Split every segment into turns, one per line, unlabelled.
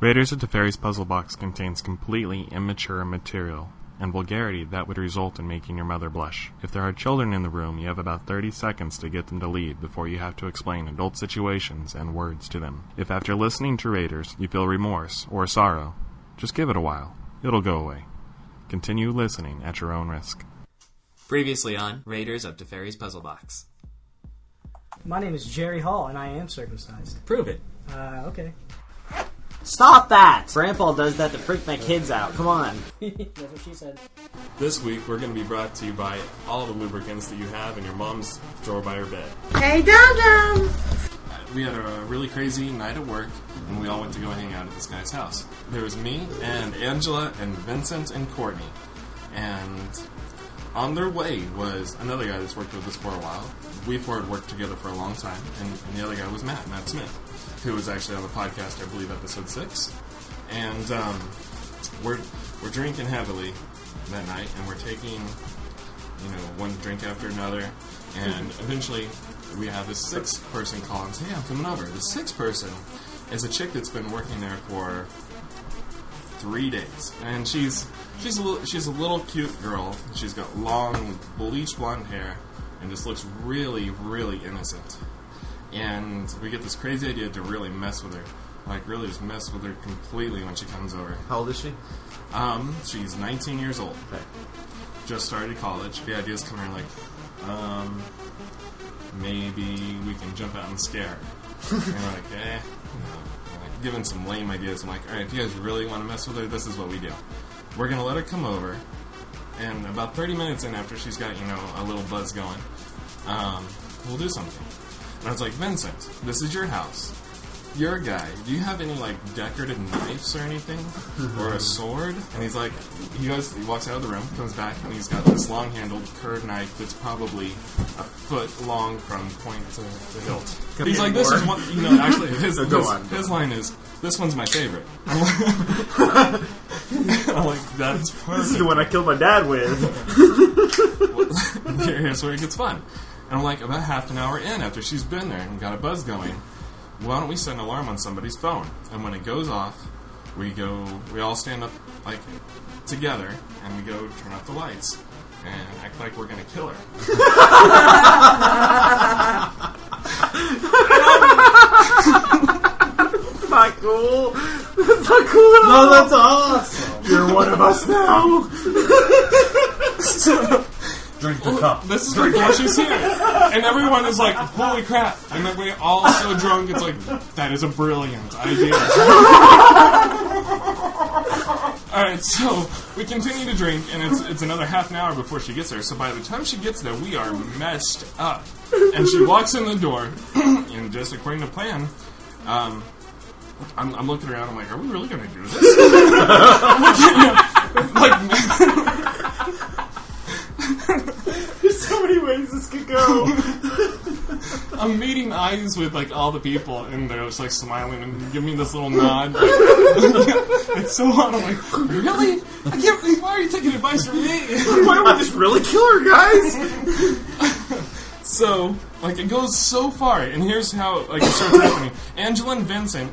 Raiders of the Fairies puzzle box contains completely immature material and vulgarity that would result in making your mother blush. If there are children in the room, you have about 30 seconds to get them to leave before you have to explain adult situations and words to them. If after listening to Raiders you feel remorse or sorrow, just give it a while. It'll go away. Continue listening at your own risk.
Previously on Raiders of Teferi's Puzzle Box.
My name is Jerry Hall, and I am circumcised.
Prove it.
Uh, okay.
Stop that! Grandpa does that to freak my kids out. Come on.
That's what she said.
This week, we're going to be brought to you by all the lubricants that you have in your mom's drawer by her bed.
Hey, Dum Dum!
We had a really crazy night at work, and we all went to go hang out at this guy's house. There was me and Angela and Vincent and Courtney. And on their way was another guy that's worked with us for a while. We four had worked together for a long time, and, and the other guy was Matt, Matt Smith, who was actually on the podcast, I believe, episode six. And um, we're we're drinking heavily that night, and we're taking you know one drink after another, and eventually we have this sixth person call and say, "Hey, I'm coming over." The sixth person is a chick that's been working there for three days, and she's she's a little, she's a little cute girl. She's got long bleach blonde hair, and just looks really really innocent. And we get this crazy idea to really mess with her, like really just mess with her completely when she comes over.
How old is she?
Um, she's 19 years old. Just started college. The idea's coming in like, um, maybe we can jump out and scare her. and we're like, eh. No. Like, given some lame ideas, I'm like, alright, if you guys really want to mess with her, this is what we do. We're gonna let her come over, and about 30 minutes in after she's got, you know, a little buzz going, um, we'll do something. And I was like, Vincent, this is your house. You're a guy. Do you have any like decorative knives or anything, or a sword? And he's like, he goes, he walks out of the room, comes back, and he's got this long-handled curved knife that's probably a foot long from point to the hilt. he's
be
like, this
more.
is one. You know, actually, his,
So go
his,
on.
his line is, this one's my favorite. I'm like, I'm like, that's
This
perfect.
is the one I killed my dad with.
Here- here's where it gets fun. And I'm like, about half an hour in after she's been there and got a buzz going, why don't we set an alarm on somebody's phone? And when it goes off, we go, we all stand up, like, together, and we go turn off the lights and act like we're gonna kill her.
not cool. That's not cool at all. No, that's awesome. You're one of us now.
Drink the cup.
This is before she's here. And everyone is like, holy crap. And then we're all so drunk, it's like, that is a brilliant idea. Alright, so we continue to drink, and it's, it's another half an hour before she gets there. So by the time she gets there, we are messed up. And she walks in the door, and just according to plan, um, I'm, I'm looking around, I'm like, are we really going to do this? like,
So many ways this could go.
I'm meeting eyes with like all the people, and they're just like smiling and giving me this little nod. Like, it's so odd. I'm like, really? I can't believe. Why are you taking advice from me?
Why don't we just really kill her, guys?
so, like, it goes so far, and here's how like it starts happening. Angela and Vincent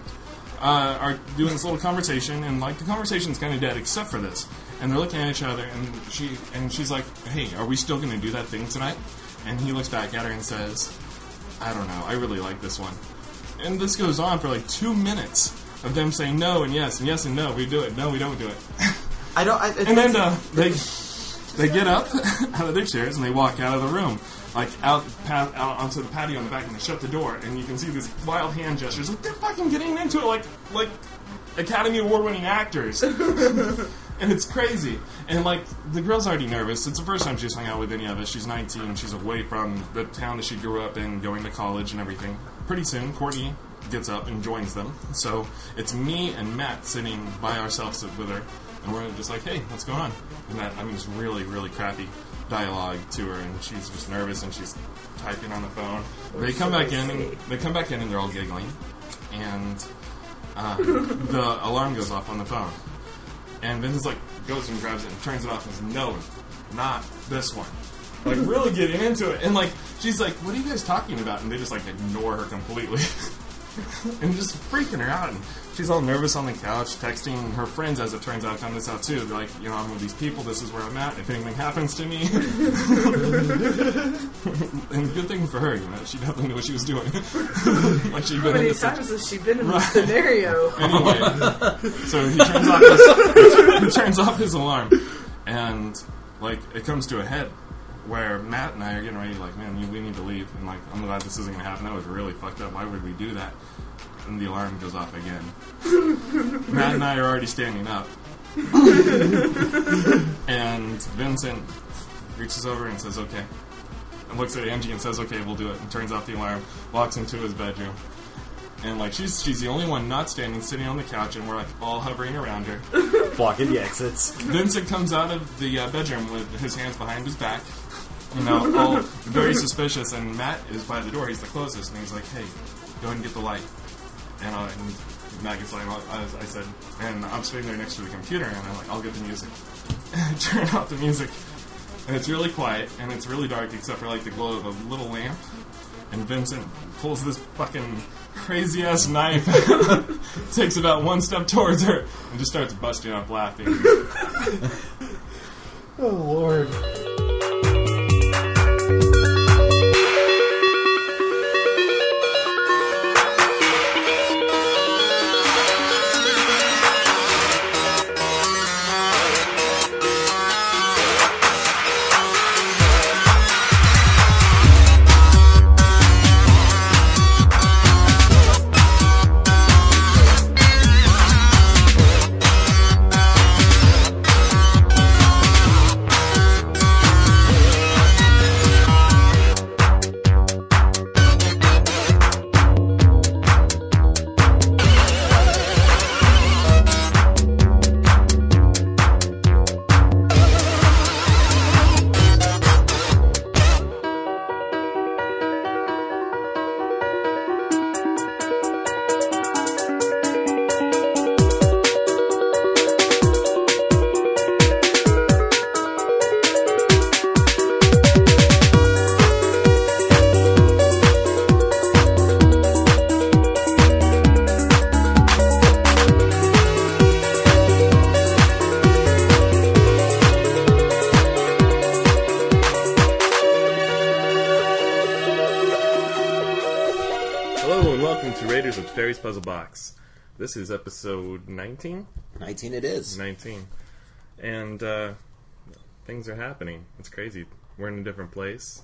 uh, are doing this little conversation, and like the conversation's kind of dead except for this. And they're looking at each other, and she and she's like, "Hey, are we still going to do that thing tonight?" And he looks back at her and says, "I don't know. I really like this one." And this goes on for like two minutes of them saying no and yes and yes and no. We do it. No, we don't do it.
I don't. I, I
And then uh, they they get up out of their chairs and they walk out of the room, like out, pa- out onto the patio in the back, and they shut the door. And you can see these wild hand gestures, like they're fucking getting into it, like like Academy Award winning actors. and it's crazy. And like the girl's already nervous. It's the first time she's hung out with any of us. She's 19. She's away from the town that she grew up in, going to college and everything. Pretty soon, Courtney gets up and joins them. So it's me and Matt sitting by ourselves with her, and we're just like, "Hey, what's going on?" And that I mean, it's really, really crappy dialogue to her, and she's just nervous and she's typing on the phone. They come back in, and they come back in, and they're all giggling, and uh, the alarm goes off on the phone, and Vince's like goes and grabs it and turns it off and says, "No, not this one." Like really getting into it, and like she's like, "What are you guys talking about?" And they just like ignore her completely. and just freaking her out. And She's all nervous on the couch, texting her friends, as it turns out. I found this out too. They're like, you know, I'm with these people. This is where I'm at. If anything happens to me, and good thing for her, you know, she definitely knew what she was doing. like she'd
How
been in
many
this
times has she been in this scenario?
anyway, so he turns off his, he turns off his alarm, and like it comes to a head where Matt and I are getting ready. Like, man, you- we need to leave. And like, I'm glad this isn't gonna happen. That was really fucked up. Why would we do that? And the alarm goes off again. Matt and I are already standing up, and Vincent reaches over and says, "Okay." And looks at Angie and says, "Okay, we'll do it." And turns off the alarm. Walks into his bedroom and like she's she's the only one not standing, sitting on the couch, and we're like all hovering around her.
Blocking the exits.
Vincent comes out of the uh, bedroom with his hands behind his back, you know, all very suspicious. And Matt is by the door; he's the closest, and he's like, "Hey, go ahead and get the light." And, uh, and Matt gets like, I, I said, and I'm sitting there next to the computer, and I'm like, "I'll get the music." Turn off the music, and it's really quiet and it's really dark except for like the glow of a little lamp. And Vincent pulls this fucking crazy ass knife, takes about one step towards her, and just starts busting up laughing.
Oh lord.
Hello and welcome to Raiders of Fairies Puzzle Box. This is episode 19?
19 it is.
19. And uh, things are happening. It's crazy. We're in a different place.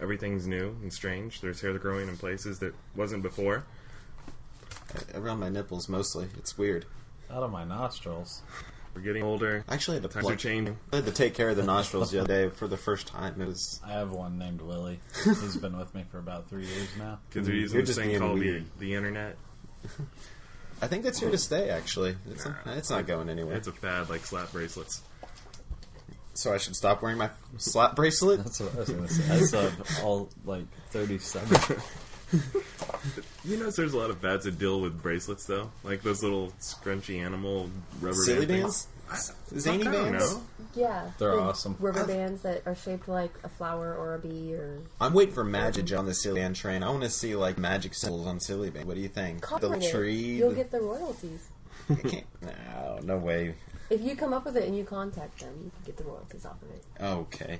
Everything's new and strange. There's hair growing in places that wasn't before.
Around my nipples mostly. It's weird.
Out of my nostrils.
We're getting older.
I actually had to
Times are
pluck-
changing.
I had to take care of the nostrils the other day for the first time. It was
I have one named Willie. He's been with me for about three years now.
Kids are using
Mm, You're
this
just
thing
being
called the,
weird.
the internet.
I think that's here to stay actually. It's it's not going anywhere.
It's a fad like slap bracelets.
so I should stop wearing my slap bracelet.
That's what I was going to say. I said all like 30 seconds.
You notice there's a lot of fads that deal with bracelets though? Like those little scrunchy animal rubber
Silly
band things.
bands?
I
Zany
don't
bands?
know.
Yeah.
They're
big
awesome.
Rubber bands that are shaped like a flower or a bee or
I'm waiting for magic on the silly band train. I want to see like magic symbols on silly band. What do you think? The
Copyright
little
it.
tree.
You'll
the-
get the royalties.
I can't. No, no way.
If you come up with it and you contact them, you can get the royalties off of it.
Okay.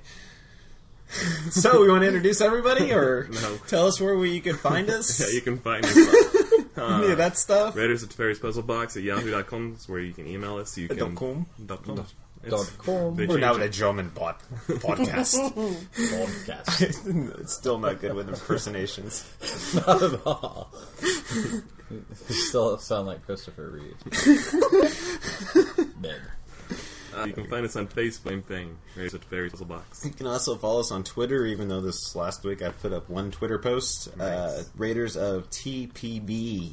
so we want to introduce everybody, or
No.
tell us where we, you uh, can find us.
Yeah, you can find us
Any of that stuff.
Raiders of Teferi's Puzzle Box at yahoo.com is where you can email us. You can
Dot com.
Dot com.
Dot
It's-
com.
they
We're now
changed
the
it.
German bot podcast.
Podcast.
it's still not good with impersonations.
Not at all. you still sound like Christopher Reeve. Big.
Uh, you can find us on Facebook. Same thing. Raiders of Teferi's Puzzle Box.
You can also follow us on Twitter, even though this last week I put up one Twitter post. Uh, Raiders of TPB.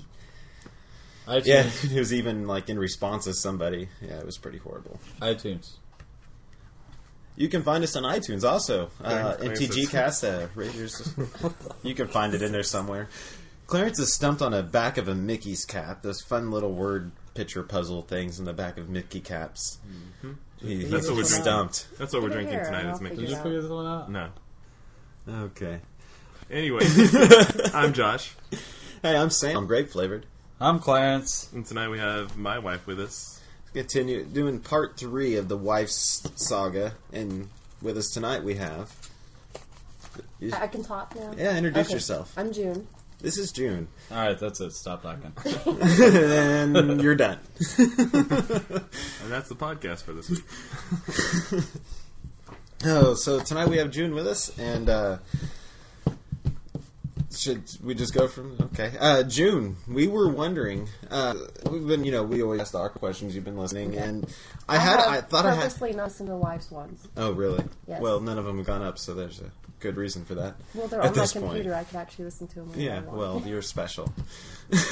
iTunes.
Yeah, it was even like in response to somebody. Yeah, it was pretty horrible.
iTunes.
You can find us on iTunes also. Uh,
Clarence
MTG
Clancy's.
Cast uh, Raiders. you can find it in there somewhere. Clarence is stumped on the back of a Mickey's cap. Those fun little word picture puzzle things in the back of Mickey caps. He,
That's
he's
what we're drinking.
stumped.
That's what we're
Over
drinking
here,
tonight.
I'll
Is making
figure
Did you
Yeah.
figure this one out?
no.
Okay.
Anyway, I'm Josh.
Hey, I'm Sam. I'm grape flavored.
I'm Clarence.
And tonight we have my wife with us.
Continue doing part three of the wife's saga, and with us tonight we have. You-
I, I can talk now.
Yeah, introduce yourself.
I'm June.
This is June,
All right, that's it. Stop talking.
and you're done.
And that's the podcast for this week.
Oh, so tonight we have June with us, and uh, should we just go from okay? Uh, June, we were wondering. Uh, we've been, you know, we always ask our questions. You've been listening, and I had,
have
I thought I had.
purposely not listened to the wives ones.
Oh, really?
Yes.
Well, none of them have gone up, so there's a good reason for that.
Well, they're
At
on my
this
computer.
Point.
I could actually listen to them. When I
Yeah.
want.
Well, you're special.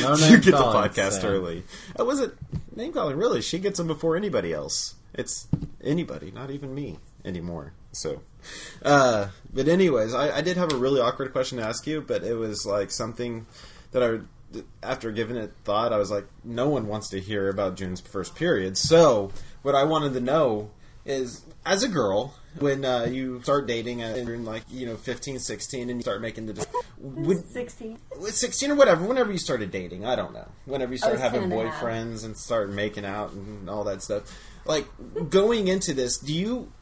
No
you
name
get the
calling,
podcast
Sam.
early. I wasn't name calling really. She gets them before anybody else. It's anybody, not even me anymore. So, uh, but anyways, I, I did have a really awkward question to ask you, but it was like something that I, after giving it thought, I was like, no one wants to hear about June's first period. So, what I wanted to know is, as a girl. When uh, you start dating uh, in like you know 15, 16, and you start making the dis- would,
sixteen.
with 16 or whatever, whenever you started dating, I don't know. Whenever you start
was 10
having
and a half.
boyfriends and start making out and all that stuff. Like, going into this, do you,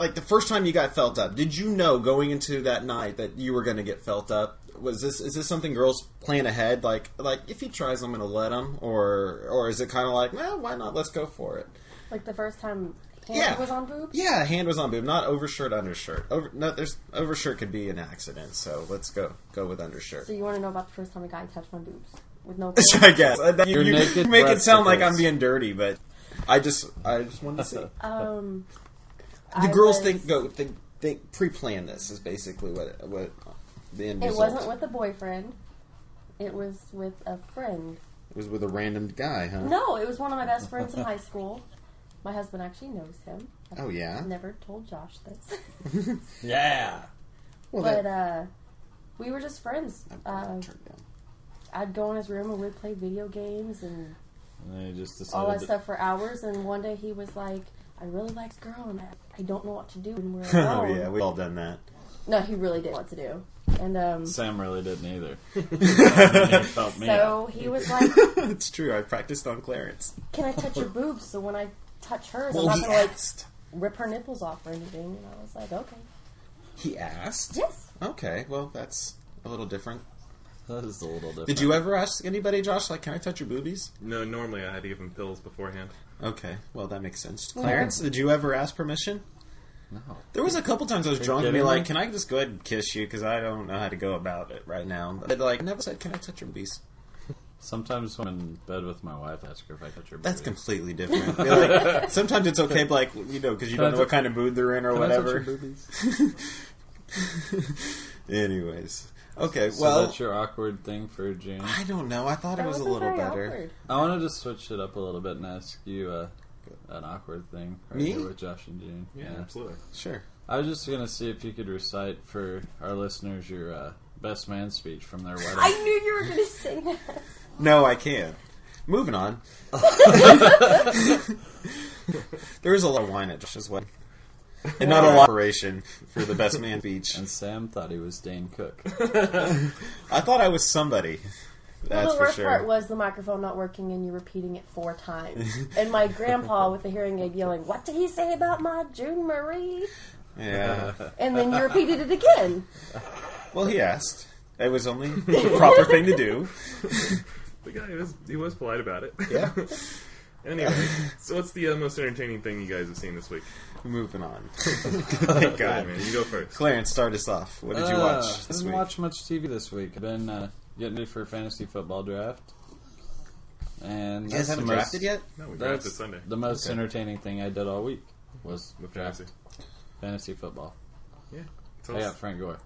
like, the first time you got felt up, did you know going into that night that you were going to get felt up? Was this is this something girls plan ahead? Like like if he tries, I'm gonna let him, or or is it kind of like, well, why not? Let's go for it.
Like the first time Pam
Yeah.
was on boobs.
Yeah, hand was on boob, not overshirt, undershirt. Over no, there's overshirt could be an accident, so let's go go with undershirt.
So you want to know about the first time a guy touched my boobs with no?
I guess Uh, that- you,
Your
you
naked
make it sound
breasticles.
like I'm being dirty, but I just I just wanted to see. The
um, I
girls
was-
think go think, think pre-plan this is basically what what the end
It
result.
wasn't with a boyfriend. It was with a friend.
It was with a random guy, huh?
No, it was one of my best friends in high school. My husband actually knows him. I've
Oh yeah.
never told Josh this.
yeah.
Well,
but
that-
uh, we were just friends. Uh,
turned down.
I'd go in his room and we'd play video games and
And then you just
all that
decided. that-
stuff for hours. And one day he was like, "I really like this girl, and I, I don't know what to do." And we're like,
Oh yeah, we've all done that.
No, he really didn't know what to do. And um,
Sam really didn't either. He felt me out.
so he was like,
it's true. I practiced on Clarence.
"Can I touch your boobs?" So when I touch hers, I'm not gonna like rip her nipples off or anything. And I was like, "Okay,
He asked.
yes."
Okay, well that's a little different.
That is a little different.
Did you ever ask anybody, Josh? Like, can I touch your boobies?
No, normally I had to give him pills beforehand.
Okay, well that makes sense. Clarence, did you ever ask permission? No. There was a couple times I was drunk and be
kidding
like,
me?
"Can I just go ahead and kiss you? Because I don't know how to go about it right now." But like, never said, "Can I touch your beast?"
Sometimes when I'm in bed with my wife, I ask her if I touch her.
That's
boobies.
completely different. Be like, sometimes it's okay, but like you know, because you
Can I
don't know what
touch-
kind of mood they're in or
Can I touch your
whatever.
boobies?
Anyways, okay,
So
well,
that's your awkward thing for June.
I don't know. I thought
That
it was a
wasn't
little
very
better.
awkward.
I wanted to switch it up a little bit and ask you uh, an awkward thing right
Me?
here with Josh and June.
absolutely.
Sure.
I was just gonna see if you could recite for our listeners your uh, best man speech from their wedding.
I knew you were gonna say that.
No, I can't. Moving on. there was a lot of wine at Josh's wedding. And not a lot of operation for the best man beach.
and Sam thought he was Dane Cook.
I thought I was somebody.
Well,
That's
the
for
worst part
sure.
was the microphone not working and you repeating it four times. and my grandpa with the hearing aid yelling, What did he say about my June Marie?
Yeah.
And then you repeated it again.
Well, he asked. It was only the proper thing to do.
The guy he was he was polite about it.
Yeah.
anyway, so what's the uh, most entertaining thing you guys have seen this week?
Moving on. Thank God.
man, you go first.
Clarence, start us off. What did you
Uh,
watch
I
this
didn't
week?
watch much TV this week. I've been uh, getting ready for a fantasy football draft. And
you guys
that's the
haven't
most-
drafted yet?
No, we
That's
drafted Sunday.
the most entertaining thing I did all week was
With
draft
fantasy.
fantasy football.
Yeah. Tell
I
us,
got Frank Gore.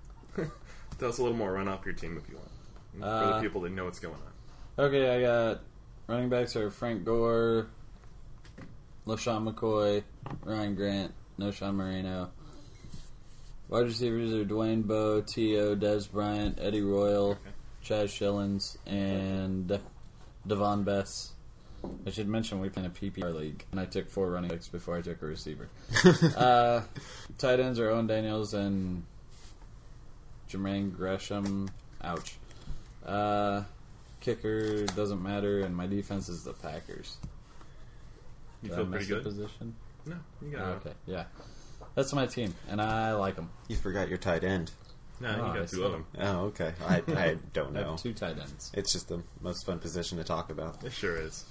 tell us a little more. Run off your team if you want. for the
Uh,
people that know what's going on.
Okay, I got running backs are Frank Gore, LaShawn McCoy, Ryan Grant, No Sean Marino. Wide receivers are Dwayne Bowe, T.O., Des Bryant, Eddie Royal, Chaz Shillings, and Devon Bess. I should mention we play in a PPR league, and I took four running backs before I took a receiver. uh, tight ends are Owen Daniels and Jermaine Gresham. Ouch. Uh, kicker doesn't matter, and my defense is the Packers.
You
Did I
feel
mess
pretty
up
good?
Position? Oh,
No, you got it.
Okay, yeah, that's my team, and I like them.
You forgot your tight end.
No, you got two of them.
Oh, okay. I, I don't
I have
know.
two tight ends.
It's just the most fun position to talk about.
It sure is.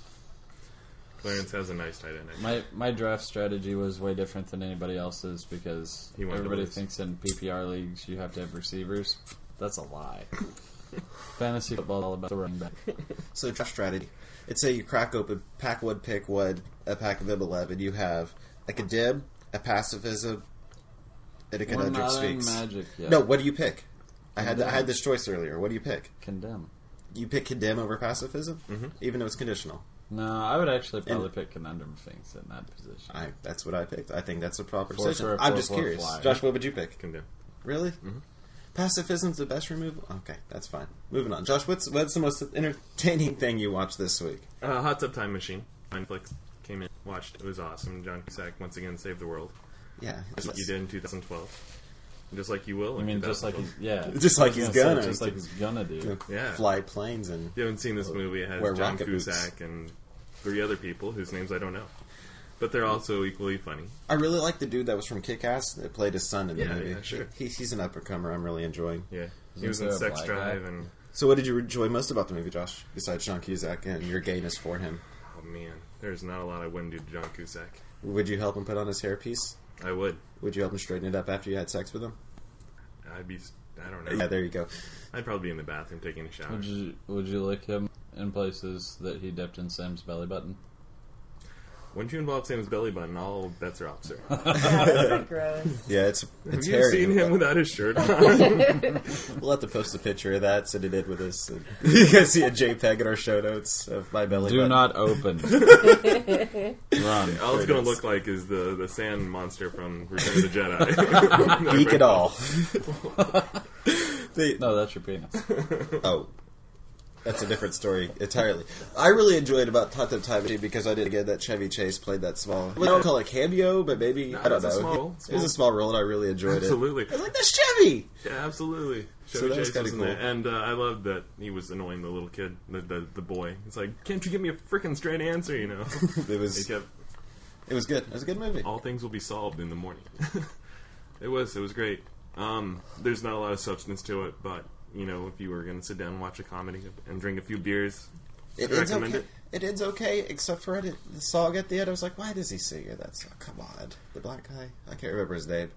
Clarence has a nice tight end. actually.
My my draft strategy was way different than anybody else's because
He wanted to
everybody
lose.
thinks in PPR leagues you have to have receivers. That's a lie. Fantasy football is all about the running back.
So draft strategy. It's say you crack open pack wood, pick wood, a pack of Ibaleb, and you have a Kadib, a pacifism, and a
We're
Conundric
not
Sphinx.
in magic yet.
No, what do you pick? I had I had this choice earlier. What do you pick?
Condemn.
You pick condemn over pacifism,
Mm-hmm.
Mhm.
even though it's conditional.
No, I would actually probably
And-
pick Conundrum Finks in that position.
I that's what I picked. I think that's a proper
Four
decision.
for a
I'm
four
just
for a Mm-hmm.
curious,
flyer.
Josh. What would you pick?
Condemn.
Really? Pacifism's the best removal. Okay, that's fine. Moving on, Josh. What's what's the most entertaining thing you watched this week?
Uh, Hot Tub Time Machine. Netflix came in, watched. It was awesome. John Cusack once again saved the world.
Yeah,
Just like you did in 2012. Just like you will.
I
in
mean, just like he's
2012.
yeah,
Just like
I was
he's
say,
gonna.
just like he's gonna do.
Yeah.
fly planes and
If you haven't seen this movie, it has
Wear
John
rocket boots.
Cusack and three other people whose names I don't know. But they're also equally funny.
I really like the dude that was from Kick Ass that played his son in the
Yeah,
movie.
yeah, sure.
He, he's an up and comer I'm really enjoying.
Yeah. He
Isn't
was in
there a
Sex
black
Drive
guy?
and.
So, what did you enjoy most about the movie, Josh? Besides John Cusack and your gayness for him,
Oh man, there's not a lot I wouldn't do to John Cusack.
would you help him put on his hairpiece?
I would.
Would you help him straighten it up after you had sex with him?
I'd be. I don't know.
Yeah, there you go.
I'd probably be in the bathroom taking a shower.
Would you would you lick him in places that he dipped in Sam's belly button?
Once you involve Sam's belly button, all bets are off, sir.
That's gross.
Yeah, it's
Have
it's
you
hairy.
seen him without his shirt on?
We'll have to post a picture of that. Send it in with us. And you guys see a JPEG in our show notes of my belly.
Do
button.
not open. Run.
all
There
it's
it
going to
is.
look like is the, the sand monster from Return of the Jedi.
geek at all. They-
No, that's your penis.
Oh, that's a different story entirely. I really enjoyed about Hot Tub Time Machine because I didn't get that Chevy Chase played that small. I don't call it a cameo, but maybe I don't
it's
know.
a small role.
it was a small role, and I really enjoyed
Absolutely.
it. I was like, "That's Chevy."
Yeah, absolutely.
So
Chevy
that was
Chase
kinda
was in
cool.
there. And uh, I loved that he was annoying the little kid, the, the, the boy. It's like, can't you give me a freaking straight answer, you know?
It
he
was.
kept,
It was good. It was a good movie.
all things will be solved in the morning. it was, it was great. Um, there's not a lot of substance to it, but, you know, if you were going to sit down and watch a comedy and drink a few beers,
It
you
ends
recommend
okay. It ends okay, except for I did, the song at the end. I was like, "Why does he sing it? That's oh, come on." The black guy. I can't remember his name.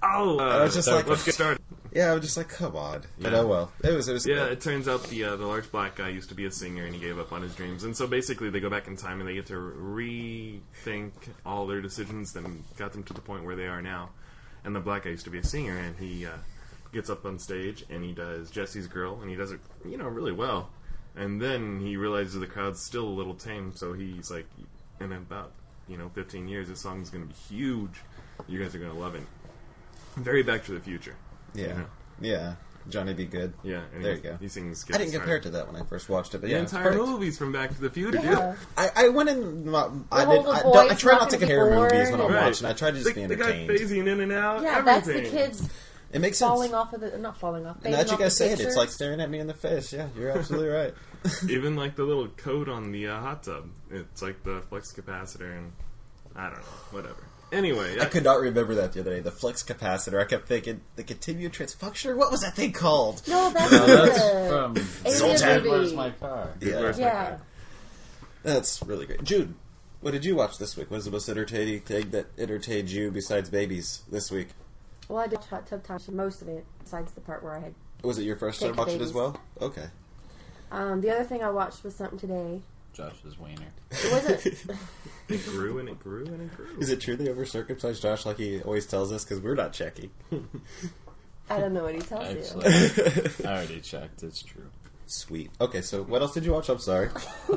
Oh,
I was just like-
let's get started.
Yeah, I was just like, "Come on." But
Yeah.
oh well. It was. It was.
Yeah, it turns out the uh, the large black guy used to be a singer and he gave up on his dreams, and so basically they go back in time and they get to rethink all their decisions that got them to the point where they are now. And the black guy used to be a singer, and he uh, gets up on stage and he does Jesse's Girl, and he does it you know really well. And then he realizes the crowd's still a little tame, so he's like, in about you know 15 years, this song's going to be huge. You guys are going to love it. Very Back to the Future.
yeah.
you know.
Yeah. Johnny B. Good.
Yeah, and
There
he,
you go.
He sings.
I didn't
Get
compare it to that when I first watched it, but
the
yeah, it's
entire
perfect.
movies from Back to the Future,
Yeah.
dude.
I, I went in. My, I
The whole
did. I,
boy's
don't, I try not
not
to
gonna be
compare
bored.
movies when I'm
Right.
watching. I try to just
They-
be
they got
entertained.
phasing in and out.
Yeah, that's the
everything.
kids
it makes sense.
falling off of the not falling off.
And
fading
that you
off
guys
the
say it, it's
pictures.
like staring at me in the face. Yeah, you're absolutely right.
Even like the little code on the uh, hot tub. It's like the flux capacitor, and I don't know, whatever. Anyway,
I could not remember that the other day. The flux capacitor. I kept thinking the continued transfunctioner. What was that thing called?
no, that's,
No, that's
the-
from
Alien movie.
Where's My Car?
Yeah,
Where's-
Yeah,
that's really great. Jude, what did you watch this week? What was the most entertaining thing that entertained you besides babies this week?
well, I did watch Hot Tub Time most of it, besides the part where I had.
Was it your first
Take
time watching it as
babies.
well? Okay.
Um, the other thing I watched was something today.
Josh's wiener.
It wasn't.
it grew and it grew and it grew.
Is it true they overcircumcised Josh like he always tells us? Because we're not checking.
I don't know what he tells you.
Actually, I already checked. It's true.
Sweet. Okay, so what else did you watch? I'm sorry.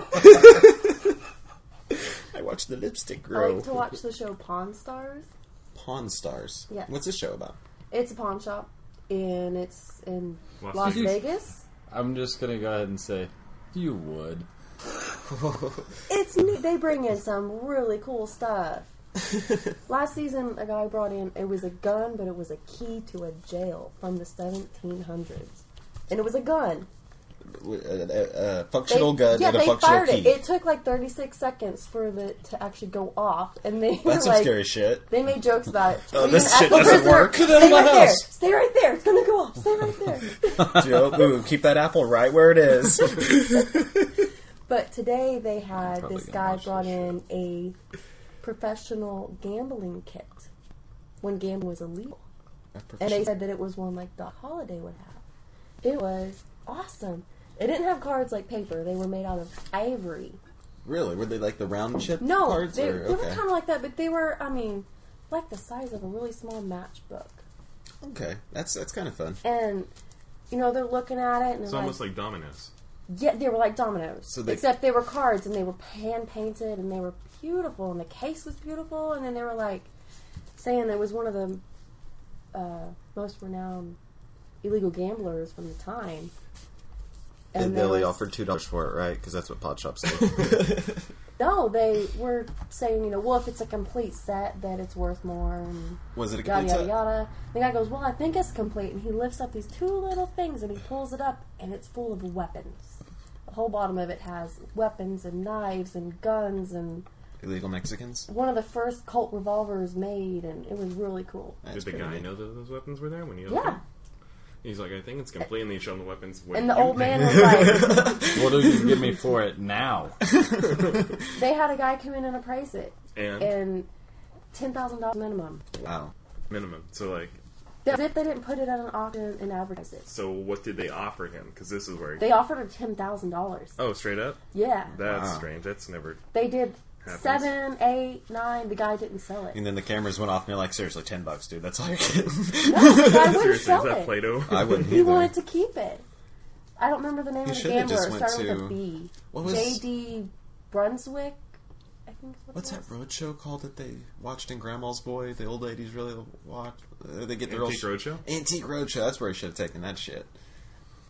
I watched the lipstick
I
grow.
like Oh, to watch the show Pawn Stars.
Pawn Stars.
Yeah.
What's this show about?
It's a pawn shop, and it's in
Las
Las
Vegas.
Vegas.
I'm just gonna go ahead and say, you would.
It's neat. They bring in some really cool stuff. Last season, a guy brought in it was a gun, but it was a key to a jail from the 1700s, and it was a gun.
a, a uh, functional
They-
gun
yeah,
and a
they
functional
fired
key.
it. It took like 36 seconds for it to actually go off, and they were
That's some
like,
scary shit.
They made jokes about it.
Oh,
We
this
even asked
shit
the
doesn't
prisoner,
work. Get out
Stay
of my
right there.
house."
Stay right there. It's gonna go off. Stay right there.
Joe, ooh, keep that apple right where it is.
But today they had
Probably
this
gonna
guy brought in a professional gambling kit when gambling was illegal. And they said that it was one like Doc Holiday would have. It was awesome. They didn't have cards like paper, they were made out of ivory.
really? Were they like the round chip
No,
cards?
they,
or,
they were
okay.
kind of like that, but they were, I mean, like the size of a really small matchbook.
okay, that's that's kind of fun.
And, you know, they're looking at it and
It's
they're
almost like dominoes.
Yeah, they were like dominoes.
So they-
Except they were cards and they were hand painted and they were beautiful and the case was beautiful. And then they were like saying it was one of the uh, most renowned illegal gamblers from the time.
And they
there
only
was-
offered two dollars for it, right? Because that's what pot shops do.
No, they were saying, you know, well, if it's a complete set, that it's worth more. And
Was it a
yada,
complete set?
yada, yada. The guy goes, well, I think it's complete. And he lifts up these two little things and he pulls it up, and it's full of weapons. The whole bottom of it has weapons and knives and guns and
Illegal Mexicans.
one of the first Colt revolvers made, and it was really cool.
That's
Did the
pretty
guy
neat.
know that those weapons were there when he
Yeah.
opened? them? He's like, I think it's complete, and they show him the weapons. What
And
do
the
you
old man
think?
was like,
What do you give me for it now?
they had a guy come in and appraise it,
And?
ten thousand dollars minimum.
Wow.
Minimum. So like,
That's if they didn't put it at an auction and advertise it.
so what did they offer him? Because this is where
They offered him ten thousand dollars.
Oh, straight up.
Yeah.
That's
Wow.
strange. That's never.
They did
Happens.
seven, eight, nine. The guy didn't sell it.
And then the cameras went off, and you're like, seriously, ten bucks, dude. That's all you're getting.
No, the guy wouldn't
Seriously,
sell
is that
it.
Play-Doh?
I wouldn't
He
either.
wanted to keep it. I don't remember the name
He
of the
should've
gambler.
just
It
went
started with
to-
a B.
What was-
J.D. Brunswick. I think is what
What's
it
that road show called that they watched in Grandma's Boy? The old ladies really watched. Uh, they get their
Antique
old
Roadshow?
Antique Roadshow. That's where I should have taken that shit.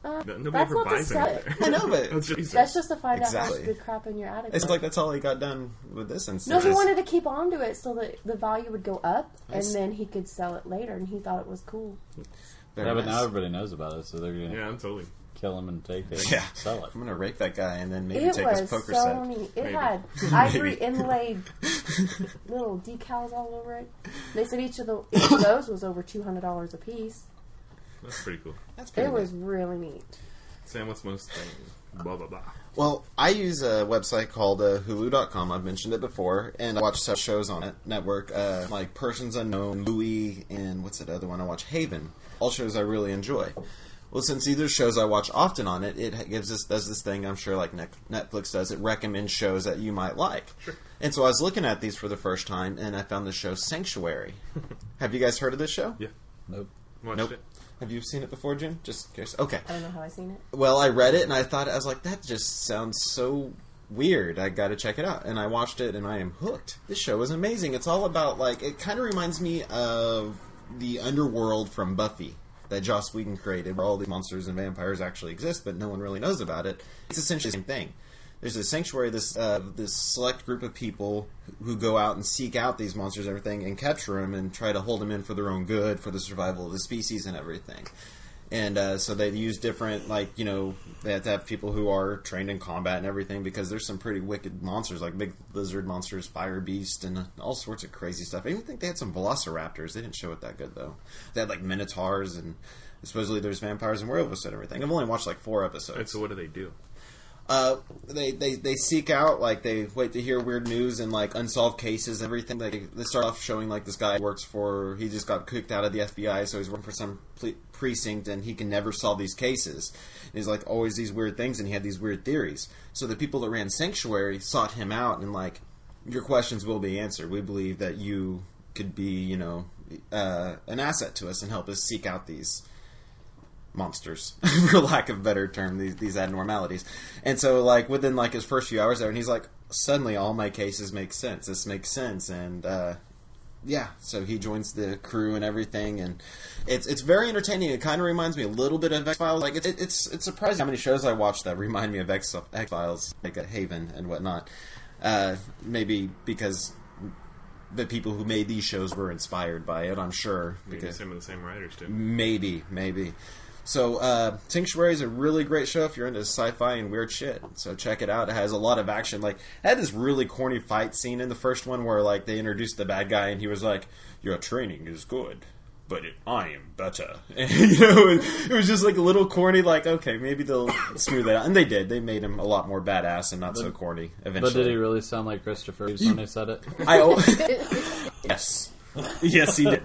was. Uh,
Nobody
that's
ever
not to
buys
sell it.
anything.
I know, but
That's just-
That's just to find out
exactly.
how much good crap in your attic.
It's
was.
like that's all he got done with this
no,
instance.
he wanted to keep on to it so that the value would go up, and
Nice.
then he could sell it later. And he thought it was cool.
yeah, but now everybody knows about it, so they're gonna
Yeah, totally.
kill him and take it.
Yeah.
sell it.
I'm gonna rape that guy and then maybe
it
take
was
his poker
so
set.
neat. It had ivory inlaid little decals all over it. They said each of the each of those was over two hundred dollars a piece.
That's pretty cool.
That's
It was really neat.
Sam, what's most thing? Blah blah blah.
Well, I use a website called uh, Hulu.com. I've mentioned it before, and I watch several shows on it network, uh, like Persons Unknown, Louie, and what's that other one? I watch Haven. All shows I really enjoy. Well, since these are shows I watch often on it, it gives us does this thing I'm sure like Net- Netflix does. It recommends shows that you might like. And so I was looking at these for the first time, and I found the show Sanctuary. Have you guys heard of this show?
Yeah.
Nope.
Watched
nope.
it.
Have you seen it before, Jim? Just curious. Okay.
I don't know how I seen it.
Well, I read it and I thought I was like, that just sounds so weird. I got to check it out, and I watched it and I am hooked. This show is amazing. It's all about like it kind of reminds me of the underworld from Buffy that Joss Whedon created, where all these monsters and vampires actually exist, but no one really knows about it. It's essentially the same thing. There's a sanctuary, this uh, this select group of people who go out and seek out these monsters, and everything, and capture them and try to hold them in for their own good, for the survival of the species and everything and uh, so they use different like you know they have to have people who are trained in combat and everything because there's some pretty wicked monsters like big lizard monsters fire beast and uh, all sorts of crazy stuff i even think they had some velociraptors they didn't show it that good though they had like minotaurs and supposedly there's vampires and werewolves and everything i've only watched like four episodes
And so what do they do?
uh, they, they they seek out like they wait to hear weird news and like unsolved cases and everything. They, they start off showing like this guy works for he just got kicked out of the FBI, so he's working for some ple- precinct and he can never solve these cases. And he's like always these weird things and he had these weird theories. So the people that ran Sanctuary sought him out and like your questions will be answered. We believe that you could be you know uh, an asset to us and help us seek out these monsters, for lack of a better term, these these abnormalities. And so, like within like his first few hours there, and he's like, suddenly all my cases make sense. This makes sense, and uh, yeah, so he joins the crew and everything, and it's it's very entertaining. It kind of reminds me a little bit of X Files. Like it's it, it's it's surprising how many shows I watch that remind me of X Files, like a Haven and whatnot. Uh, maybe because the people who made these shows were inspired by it, I'm sure.
Maybe
because-
some of the same writers do.
Maybe, maybe. So, uh, Sanctuary is a really great show if you're into sci-fi and weird shit. So check it out. It has a lot of action. Like, it had this really corny fight scene in the first one where like they introduced the bad guy and he was like, "Your training is good." But it, I am better. And, you know, it, it was just like a little corny. Like, okay, maybe they'll smooth that out, and they did. They made him a lot more badass and not so corny. Eventually,
But did he really sound like Christopher when he said it?
I al- yes, yes, he did.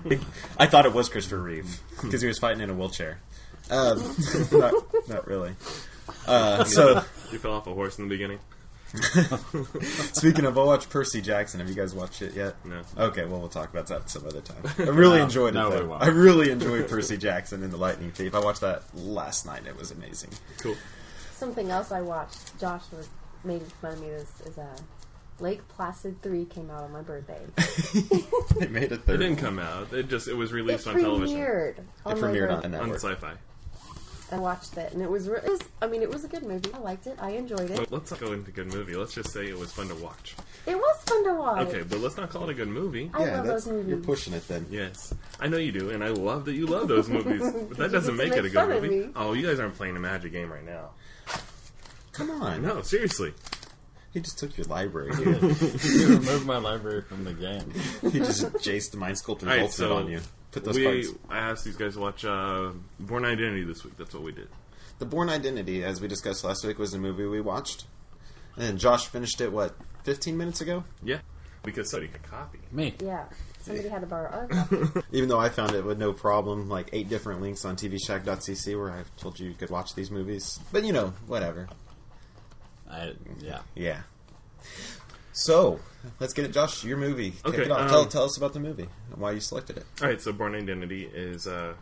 I thought it was Christopher Reeve because he was fighting in a wheelchair. Um, not, not really. Uh, so,
you fell off a horse in the beginning.
speaking of, I watched Percy Jackson. Have you guys watched it yet?
No.
Okay, well, we'll talk about that some other time. I really
No.
enjoyed it.
No, we
though.
won't.
I really enjoyed Percy Jackson and the Lightning Thief. I watched that last night. It was amazing.
Cool.
Something else I watched, Josh was making fun of me, is, is uh, Lake Placid 3 came out on my birthday.
They made a
It
third.
didn't come out. It just it was
it
released on television
premiered on
It
my
premiered on
birthday.
the
on
network.
Sci-Fi.
I watched it, and it was, re- it was, I mean, it was a good movie. I liked it. I enjoyed it.
But let's not go into good movie. Let's just say it was fun to watch.
It was fun to watch.
Okay, but let's not call it a good movie.
I
yeah,
love
that's,
those
you're
movies.
pushing it then.
Yes, I know you do, and I love that you love those movies. But that
just
doesn't make it a
make
good
fun of
movie.
me.
Oh, you guys aren't playing a magic game right now.
Come on,
No, seriously.
he just took your library.
You removed my library from the game.
he just jaced the mind sculpt and
All right,
bolted it
so
on you. Put those
we,
parts.
I asked these guys to watch uh, Born Identity this week. That's what we did.
The Born Identity, as we discussed last week, was a movie we watched. And Josh finished it, what, 15 minutes ago?
Yeah, because somebody could copy.
Me.
Yeah. Somebody had to borrow our copy.
Even though I found it with no problem, like eight different links on tvshack.cc where I told you you could watch these movies. But you know, whatever.
I yeah.
Yeah. So, let's get it, Josh. Your movie. Kick
Okay,
it off.
um,
tell, tell us about the movie and why you selected it.
All right, so Born Identity is uh,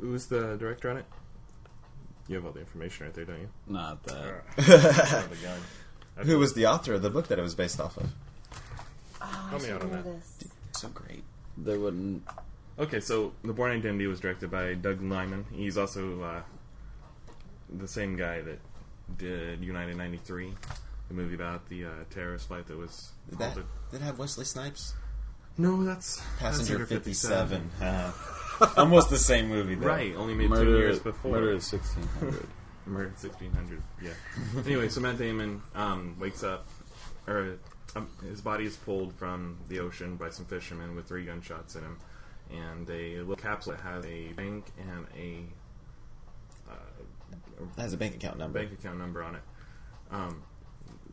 who's the director on it? You have all the information right there, don't you?
Not that.
Oh, the gun.
Who was the author of the book that it was based off of?
Oh, I
Help me
should
out on
know
that.
this.
So great.
They wouldn't.
Okay, so The Born Identity was directed by Doug Lyman. He's also uh, the same guy that did United 93, the movie about the uh, terrorist flight that was
Did that,
halted.
did it have Wesley Snipes?
No, that's
Passenger
Passenger
57. Uh, Almost the same movie, though.
Right, only made two
Murder,
years before.
murder of 1600.
Murder at 1600, yeah. anyway, so Matt Damon um, wakes up, or um, his body is pulled from the ocean by some fishermen with three gunshots in him, and a little capsule that has a bank and a, uh,
That has a bank account
a
number.
bank account number on it, um,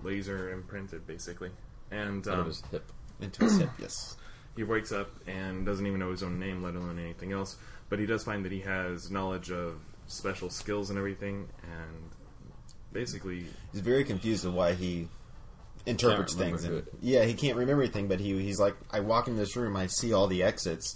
laser imprinted basically. And
That
um,
was hip.
Into his hip, yes.
he wakes up and doesn't even know his own name, let alone anything else. But he does find that he has knowledge of special skills and everything, and basically
He's very confused with why he interprets
Can't
things.
remember
And,
it.
yeah, he can't remember anything, but he he's like, I walk in this room, I see all the exits,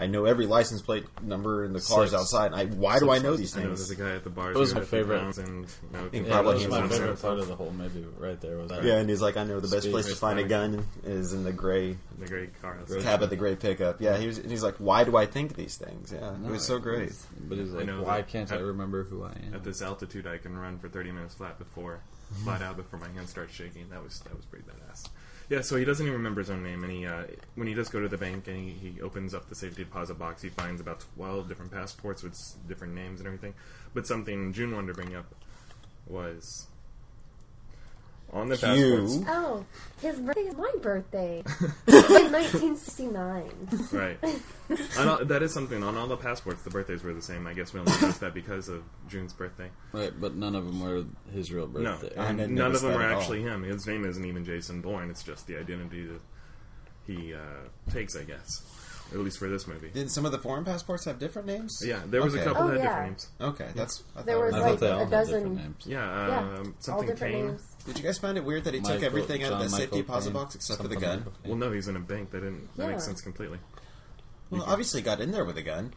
I know every license plate number in the cars
Six.
outside. I why do I know these
I know
things?
there's a guy at the bar.
Those are favorite.
And, you know,
In
Yeah, that
Probably
was
his
my
own
favorite
source.
part of the whole movie right there. Was that.
yeah, and he's like, I know the best
Speed
place to
is
find a
fine.
gun is in the gray
the great car.
cab of the gray pickup. Yeah, he was, and he's like, why do I think these things? Yeah, it was so great.
But he's like,
know
why
that-
can't I remember who I am?
At this altitude, I can run for 30 minutes flat before flat out before my hands start shaking. That was that was pretty badass. Yeah, so he doesn't even remember his own name, and he uh, when he does go to the bank and he, he opens up the safety deposit box, he finds about 12 different passports with s- different names and everything. But something June wanted to bring up was on the
Hugh,
Oh, his birthday is my birthday. in 1969.
passports, right? on all, that is something on all the passports. The birthdays were the same. I guess we only noticed that because of June's birthday.
Right, but none of them were his real
No,
birthday.
I
and
didn't
none of
notice
them
that
are
at all.
actually him. His name isn't even Jason Bourne. It's just the identity that he uh, takes, I guess, at least for this movie.
did some of the foreign passports have different names?
Yeah, there was a
Okay.
couple that had
Oh, yeah.
different names.
Okay, that's I
There
thought-
was
I
like
thought they all
a
had
dozen.
different names.
Yeah,
Yeah,
um,
all
something
different
Kane.
names.
Did you guys find it weird that he took
Michael-
everything out of
John
the safety
Michael
deposit
Caine,
box except for the
something
gun?
like that.
Well, no, he's in a bank. That didn't that
Yeah.
makes sense completely.
Well, obviously he got in there with a gun.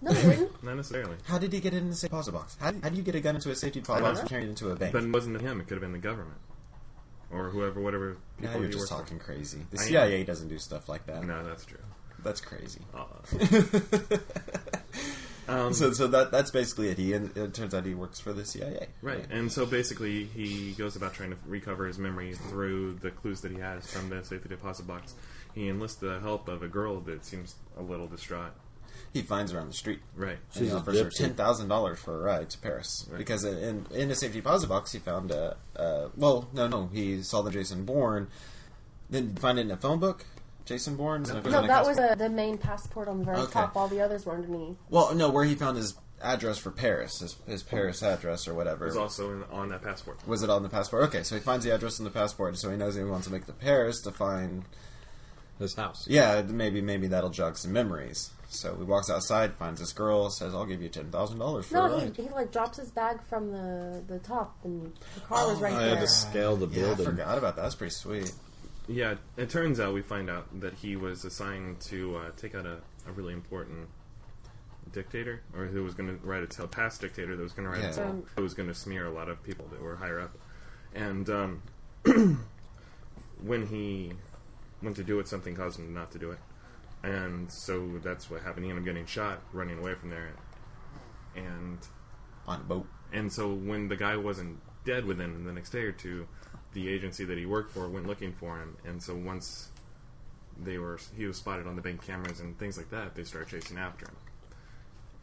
No, they didn't.
Not necessarily.
How did he get it in the safe deposit box? How, how do you get a gun into a safety deposit box and turn it into a bank?
But it wasn't him. It could have been the government or whoever, whatever
now
people
you're
he
just
worked
talking crazy. The
I am.
CIA doesn't do stuff like
for.
that.
No, that's true.
That's crazy.
Uh,
so so that that's basically it. He and it turns out he works for the CIA.
Right, and so basically he goes about trying to recover his memory through the clues that he has from the safety deposit box. He enlists the help of a girl that seems a little distraught,
he finds her on the street. Right. And
She's
he
a
offers her
gypsy.
ten thousand dollars for a ride to Paris because in in a safety deposit box he found a, uh well no no he saw the Jason Bourne then find it in a phone book Jason Bourne and it
No,
on a
that was
cosmo-
uh the main passport on the very
Okay.
top. All the others were underneath.
well no where he found his address for Paris his, his Paris
Mm-hmm.
address or whatever
was also in, on that passport.
Was it on the passport? Okay, so he finds the address on the passport, so he knows he wants to make it to Paris to find.
His house.
Yeah, maybe maybe that'll jog some memories. So he walks outside, finds this girl, says, "I'll give you ten thousand dollars for a
No,
ride."
he, he like drops his bag from the, the top, and the car was right
Oh,
there.
scale the
Yeah,
building.
I forgot about that. That's pretty sweet.
Yeah, it turns out we find out that he was assigned to uh, take out a, a really important dictator, or who was going to write a tell, past dictator that was going to write
Yeah.
a tell,
Um,
who was going to smear a lot of people that were higher up. And um, when he went to do it, something caused him not to do it. And so that's what happened. He ended up getting shot, running away from there. And
On a boat.
and so when the guy wasn't dead within the next day or two, the agency that he worked for went looking for him. And so once they were, he was spotted on the bank cameras and things like that. They started chasing after him.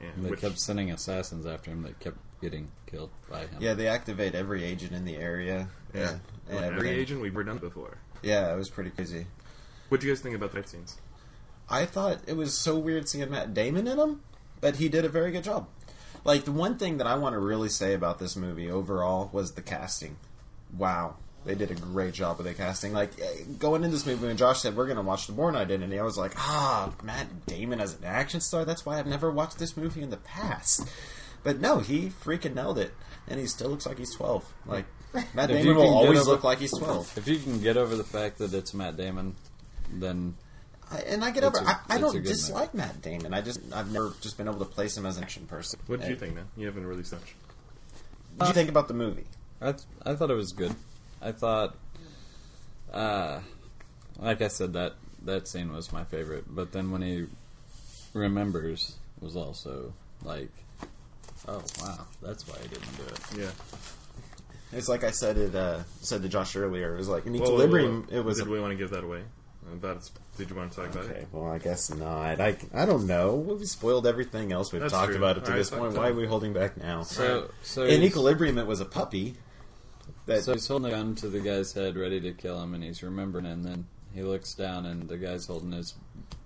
And
And they
which-
kept sending assassins after him that kept getting killed by him.
Yeah, they activate every agent in the area. Yeah, and
like every
everything.
agent we've done before.
Yeah, it was pretty crazy.
What do you guys think about that scenes?
I thought it was so weird seeing Matt Damon in them, but he did a very good job. Like the one thing that I want to really say about this movie overall was the casting. Wow, they did a great job with the casting. Like eh, going into this movie, when Josh said we're going to watch The Bourne Identity, I was like, ah, Matt Damon as an action star. That's why I've never watched this movie in the past. But no, he freaking nailed it, and he still looks like he's twelve. Like Matt
If
Damon
you
will
can get
always
over-
look like he's twelve.
If you can get over the fact that it's Matt Damon, then
I- and I get
It's
over.
a-
I I, I
it's a
don't
good
dislike Matt Damon. I just I've never just been able to place him as an action person.
What did you
Hey,
think, man? You haven't really much.
What did you think about the movie?
I th- I thought it was good. I thought, uh, like I said, that that scene was my favorite. But then when he remembers, was also like, oh wow, that's why I didn't do it.
Yeah.
It's like I said it uh, said to Josh earlier. It was like an
Whoa, whoa, whoa.
equilibrium. It was.
Did
a-
we want to give that away? That's. Did you want to talk about
okay.
it?
Well, I guess not. I, I don't know. We've spoiled everything else we've
That's
talked
true.
about up to
All right,
this
fuck
point.
that.
Why are we holding back now?
So so
In
he's-
equilibrium, it was a puppy. That
So he's holding a gun to the guy's head, ready to kill him, and he's remembering. And then he looks down, and the guy's holding his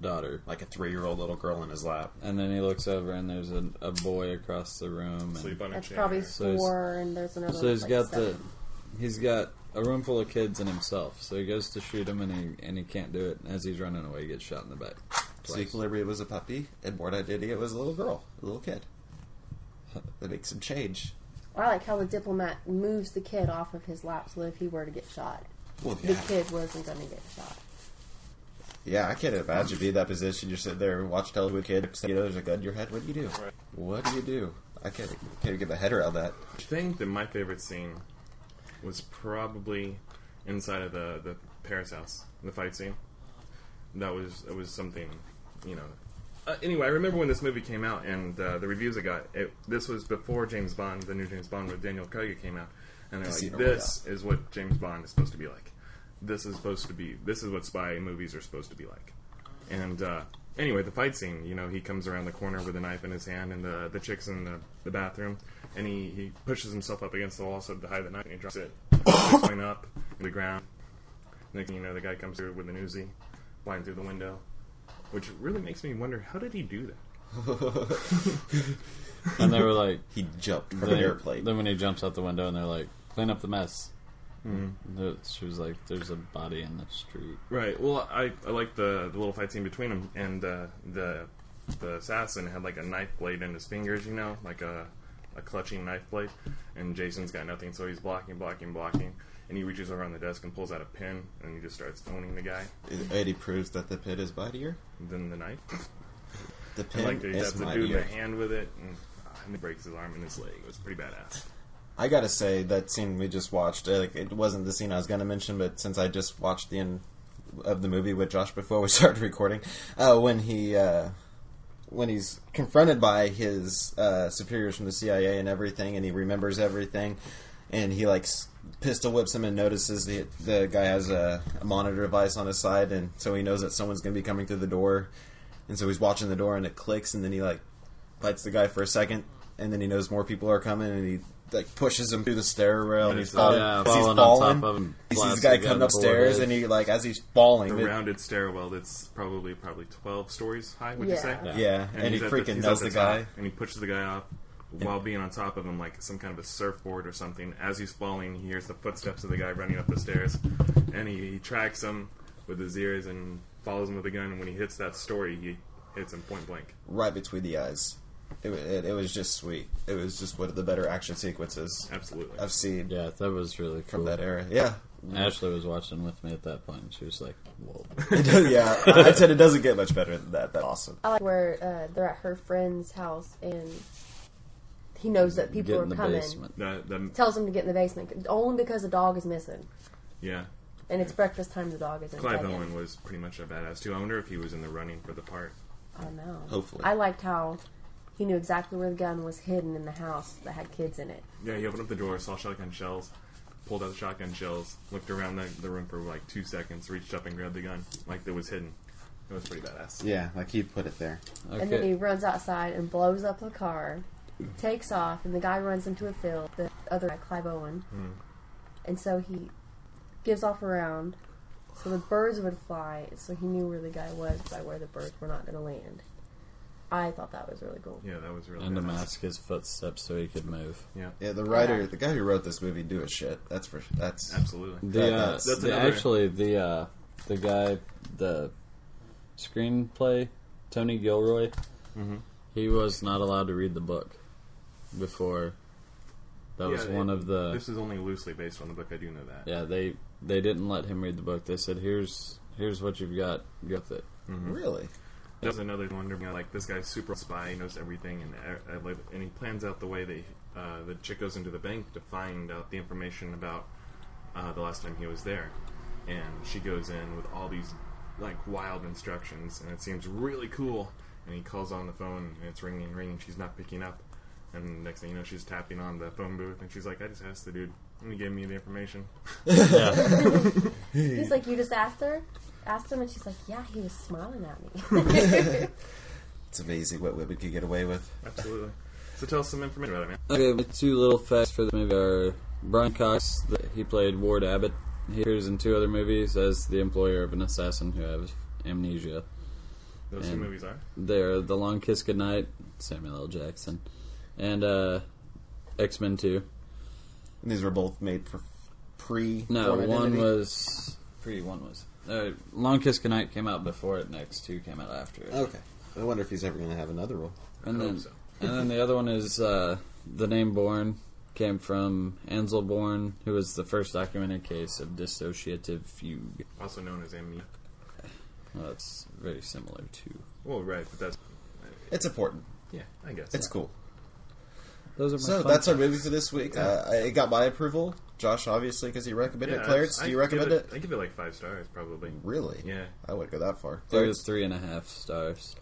daughter.
like a three year old little girl in his lap.
And then he looks over, and there's a, a boy across the room. And
Sleep on a
That's
chair.
probably
So he's-
four, and there's another.
so he's
like,
got the
seven.
he's got a room full of kids and himself. So he goes to shoot him, and he and he can't do it. And as he's running away, he gets shot in the back.
So
Twice.
equilibrium was a puppy, and Born Identity was a little girl, a little kid. That makes some change.
I like how the diplomat moves the kid off of his lap, so if he were to get shot,
Well,
the kid wasn't going to get shot.
Yeah, I can't imagine being in that position. You're sitting there and watch television with a kid, say, you know, there's a gun in your head. What do you do? What do you do? I can't, can't get my head around that.
I think that my favorite scene was probably inside of the, the Paris house, the fight scene. That was it was something, you know. Uh, anyway, I remember when this movie came out and uh, the reviews I got. It, this was before James Bond, the new James Bond with Daniel Craig came out, and they're
Casino
like, "This is what James Bond is supposed to be like. This is supposed to be. This is what spy movies are supposed to be like." And uh, anyway, the fight scene, you know, he comes around the corner with a knife in his hand, and the, the chick's in the, the bathroom, and he, he pushes himself up against the wall so to hide the knife, and he drops it, going up to the ground. Next thing you know, the guy comes through with an Uzi, flying through the window, which really makes me wonder, how did he do that?
and they were like,
He jumped from
then,
an airplane.
then when he jumps out the window, and they're like, clean up the mess.
Mm-hmm.
The- She was like, "There's a body in the street."
Right, well, I, I like the, the little fight scene between him, and uh, the, the assassin had like a knife blade in his fingers, you know, like a, a clutching knife blade, and Jason's got nothing, so he's blocking, blocking, blocking, and he reaches over on the desk and pulls out a pin, and he just starts owning the guy,
Eddie proves that the pit is mightier.
then the knife.
The
And
pin
like, he has
is
to do the
mightier.
hand with it, and, ah, and he breaks his arm and his leg. It was pretty badass.
I gotta say, that scene we just watched, uh, like, it wasn't the scene I was gonna mention, but since I just watched the end of the movie with Josh before we started recording, uh, when he, uh, when he's confronted by his uh, superiors from the CIA and everything, and he remembers everything, and he like s- pistol whips him and notices the the guy has a, a monitor device on his side, and so he knows that someone's going to be coming through the door, and so he's watching the door and it clicks, and then he like bites the guy for a second, and then he knows more people are coming, and he like pushes him through the stair rail, and he's falling.
yeah,
as he's
uh, falling on
falling,
top of him,
he sees the
blasts
guy
the guy in
coming
the
upstairs,
forehead.
and he like as he's falling,
The
it-
rounded stairwell that's probably probably twelve stories high. Would you
Yeah.
say?
Yeah. Yeah, and
he's
he
at the-
freaking
he's
knows
at
the
top,
guy.
and he pushes the guy off while being on top of him like some kind of a surfboard or something. As he's falling, he hears the footsteps of the guy running up the stairs, and he, he tracks him with his ears and follows him with a gun. And when he hits that story, he hits him point blank.
right between the eyes. It, wa- it, it was just sweet. It was just one of the better action sequences
Absolutely.
I've seen
Yeah, that was really cool.
from that era. Yeah,
Ashley was watching with me at that point. and She was like, "Whoa!"
It does- yeah. I I said it doesn't get much better than that. That's awesome.
I like where uh, they're at her friend's house and he knows that people
Get
are
in the
coming.
basement.
That, that
Tells him to get in the basement only because the dog is missing
yeah.
and it's breakfast time. The dog isn't.
Clive
taken.
Owen was pretty much a badass too. I wonder if he was in the running for the part.
I don't know.
Hopefully.
I liked how he knew exactly where the gun was hidden in the house that had kids in it.
Yeah, he opened up the door, saw shotgun shells, pulled out the shotgun shells, looked around the, the room for like two seconds, reached up and grabbed the gun like it was hidden. It was pretty badass.
Yeah, like he put it there.
And then
Okay.
he runs outside and blows up the car, takes off, and the guy runs into a field, the other guy, Clive Owen. And so he gives off around so the birds would fly, so he knew where the guy was by where the birds were not going to land. I thought that was really cool.
Yeah, that was really
and to
badass.
mask his footsteps so he could move.
Yeah,
Yeah, the writer, the guy who wrote this movie, knew his shit. That's for that's
absolutely.
The,
That-
uh,
that's-
That's
the-
another-
actually the uh, the guy the screenplay Tony Gilroy.
Mm-hmm.
He was not allowed to read the book before. That was
Yeah,
one
it-
of the
This is only loosely based on the book. I do know that.
yeah they they didn't let him read the book. They said here's here's what you've got go with it.
Mm-hmm.
really
That was another one where, you know, like this guy's super spy, he knows everything, and e- e- like- and he plans out the way that uh, the chick goes into the bank to find out the information about uh, the last time he was there. And she goes in with all these like wild instructions, and it seems really cool. And he calls on the phone, and it's ringing, ringing. She's not picking up, and next thing you know, she's tapping on the phone booth, and she's like, "I just asked the dude, and he gave me the information."
He's like, You just asked her? Asked him, and she's like, Yeah, he was smiling at me.
it's amazing what women could get away with.
Absolutely. So tell us some information about it, man.
Okay, my two little facts for the movie are Brian Cox. th- He played Ward Abbott. He appears in two other movies as the employer of an assassin who has amnesia.
Those two
And-
movies are.
There, The Long Kiss Goodnight, Samuel L. Jackson, and uh, X Men Two.
And these were both made for pre.
No,
Born
one
Identity.
was pre. One was uh, Long Kiss Goodnight came out before it. Next two came out after it.
okay. I wonder if he's ever going to have another role.
And
hope
then,
so.
and then the other one is uh, the name Born came from Ansel Born, who was the first documented case of dissociative fugue.
Also known as E. amnesia.
Well, that's very similar to.
Well, right, but that's
It's important.
yeah, I guess
It's cool.
Those are my
So
fun
that's our movie for this week. Uh, I- it got my approval. Josh, obviously, because he recommended it. Clarence,
I-
do you
I
recommend
give
it?
it? I give it like five stars, probably.
Really?
Yeah.
I wouldn't go that far.
There
Clarence,
was three and a half stars.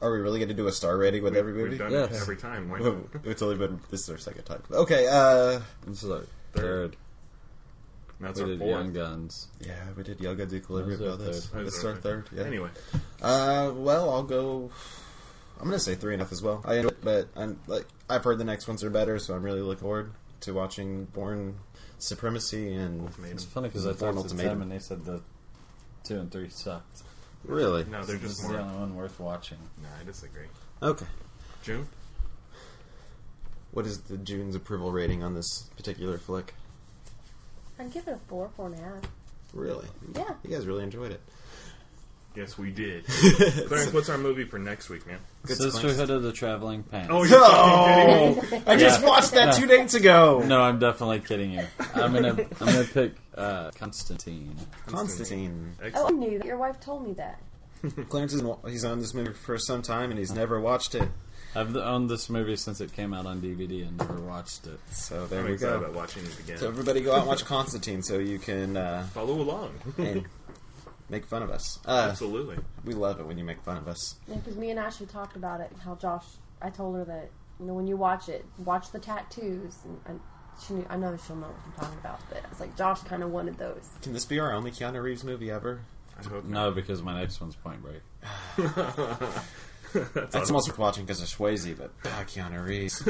are we really going to do a star rating with every movie?
We've done
Yes.
it every time. Why not?
Whoa, it's only been this is our second time. Okay. Uh,
This is our third.
That's
We
our
did Young
fourth.
Guns.
yeah, we did Young Guns Equilibrium.
That was
About
our
this.
That was
This is our third. Yeah.
Anyway,
Uh, well, I'll go. I'm gonna say three and a half as well. I enjoy it, but I'm like I've heard the next ones are better, so I'm really looking forward to watching Born Supremacy and
It's funny because I
Born
talked to
Ultimatum.
them and they said the two and three sucked.
really
no, they're
This
just
is
more.
the
No,
only one worth watching.
I disagree.
okay.
June,
What is the June's approval rating on this particular flick?
I'd give it a four, four and a half.
Really,
Yeah.
you guys really enjoyed it.
yes, we did. Clarence, what's our movie for next week, man?
Sisterhood of the Traveling Pants.
Oh, you're fucking kidding me?
I just
Yeah.
watched that two days ago.
No, I'm definitely kidding you. I'm gonna I'm gonna pick uh, Constantine.
Constantine.
Oh, I knew that. Your wife told me that.
Clarence is he's on this movie for some time and he's never watched it.
I've owned this movie since it came out on DVD and never watched it.
So there
I'm
we
excited about
go.
watching it again.
So everybody go out and watch Constantine so you can uh,
Follow along.
and make fun of us. Uh,
Absolutely.
we love it when you make fun of us.
Because me and Ashley talked about it, and how Josh, I told her that you know when you watch it, watch the tattoos, and I, she knew, I know she'll know what I'm talking about. But it's like Josh kind of wanted those.
Can this be our only Keanu Reeves movie ever?
No, because my next one's Point Break.
That's, almost worth watching because of Swayze, but ah, Keanu Reeves.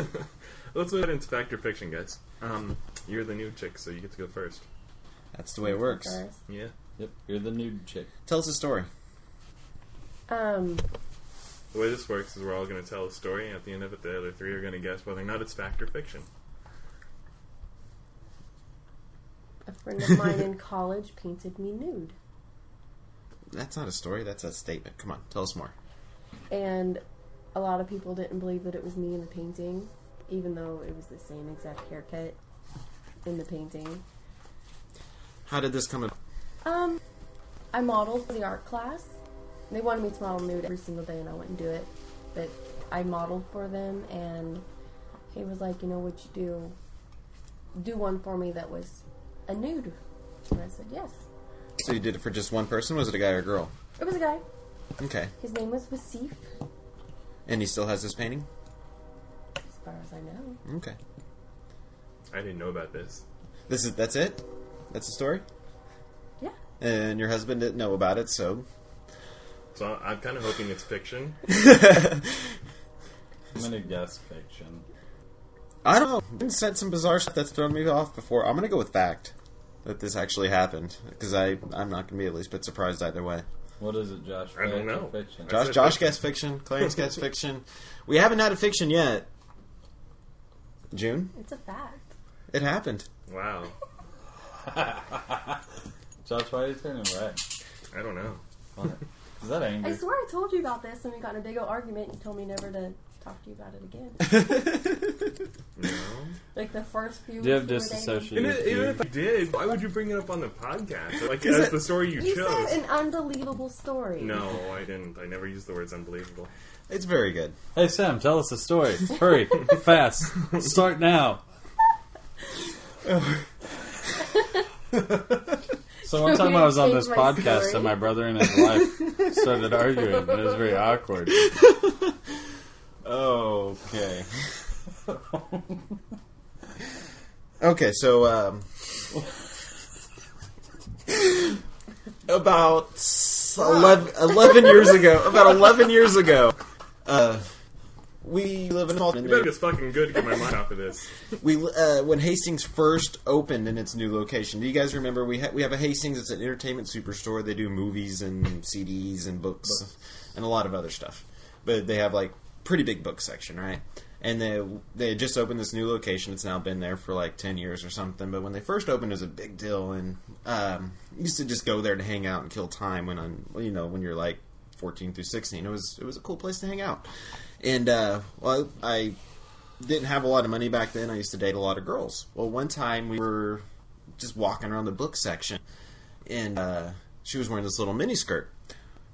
Let's move into fact or fiction, guys. Um, you're the new chick, so you get to go first.
That's the way it works.
Yeah.
Yep, you're the nude chick.
Tell us a story.
Um,
The way this works is we're all going to tell a story, and at the end of it, the other three are going to guess whether or not it's fact or fiction.
a friend of mine in college painted me nude.
That's not a story. That's a statement. Come on, tell us more.
and a lot of people didn't believe that it was me in the painting, even though it was the same exact haircut in the painting.
How did this come? In?
Um, I modeled for the art class. They wanted me to model nude every single day, and I wouldn't do it. But I modeled for them, and he was like, "You know what you do? Do one for me that was a nude." And I said, "Yes."
So you did it for just one person? Was it a guy or a girl?
It was a guy.
Okay.
His name was Wasif,
And he still has this painting?
as far as I know.
Okay.
I didn't know about this.
This is that's it. That's the story.
Yeah.
And your husband didn't know about it, so
So I'm kind of hoping it's fiction.
I'm gonna guess fiction.
I don't know. I've been sent some bizarre stuff that's thrown me off before. I'm gonna go with fact that this actually happened because I I'm not gonna be at least bit surprised either way.
What is it, Josh?
I don't
Fact or
know.
Fiction.
I
Josh
said
Josh
fiction.
guessed fiction. Clarence guessed fiction. We haven't had a fiction yet. June,
It's a fact.
it happened.
Wow.
Josh, why are you turning red?
I don't know.
What? Is that
I
anger?
swear I told you about this, and we got in a big old argument. You told me never to talk to you about it again. Like the first few.
Do you have
weeks we were dating.
Even,
disassociative?
even
theory?
if I did, why would you bring it up on the podcast? Like, that's the story you
You
chose.
said an unbelievable story.
No, I didn't. I never used the words unbelievable.
It's very good.
Hey Sam, tell us a story. Hurry, fast. Start now. so one time I was on this
Change my
podcast
story.
and my brother and his wife started arguing and it was very awkward. Okay.
Okay, so um, about 11, 11 years ago, about eleven years ago, uh, we live in a small.
You better get fucking good to get my mind off of this.
We uh, when Hastings first opened in its new location. Do you guys remember we ha- we have a Hastings? It's an entertainment superstore. They do movies and CDs and books, and a lot of other stuff. But they have like pretty big book section, right? And they they had just opened this new location. It's now been there for like ten years or something. But when they first opened, it was a big deal, and um, you used to just go there to hang out and kill time when on you know when you're like fourteen through sixteen. It was it was a cool place to hang out. And uh, well, I didn't have a lot of money back then. I used to date a lot of girls. Well, one time we were just walking around the book section, and uh, she was wearing this little mini skirt,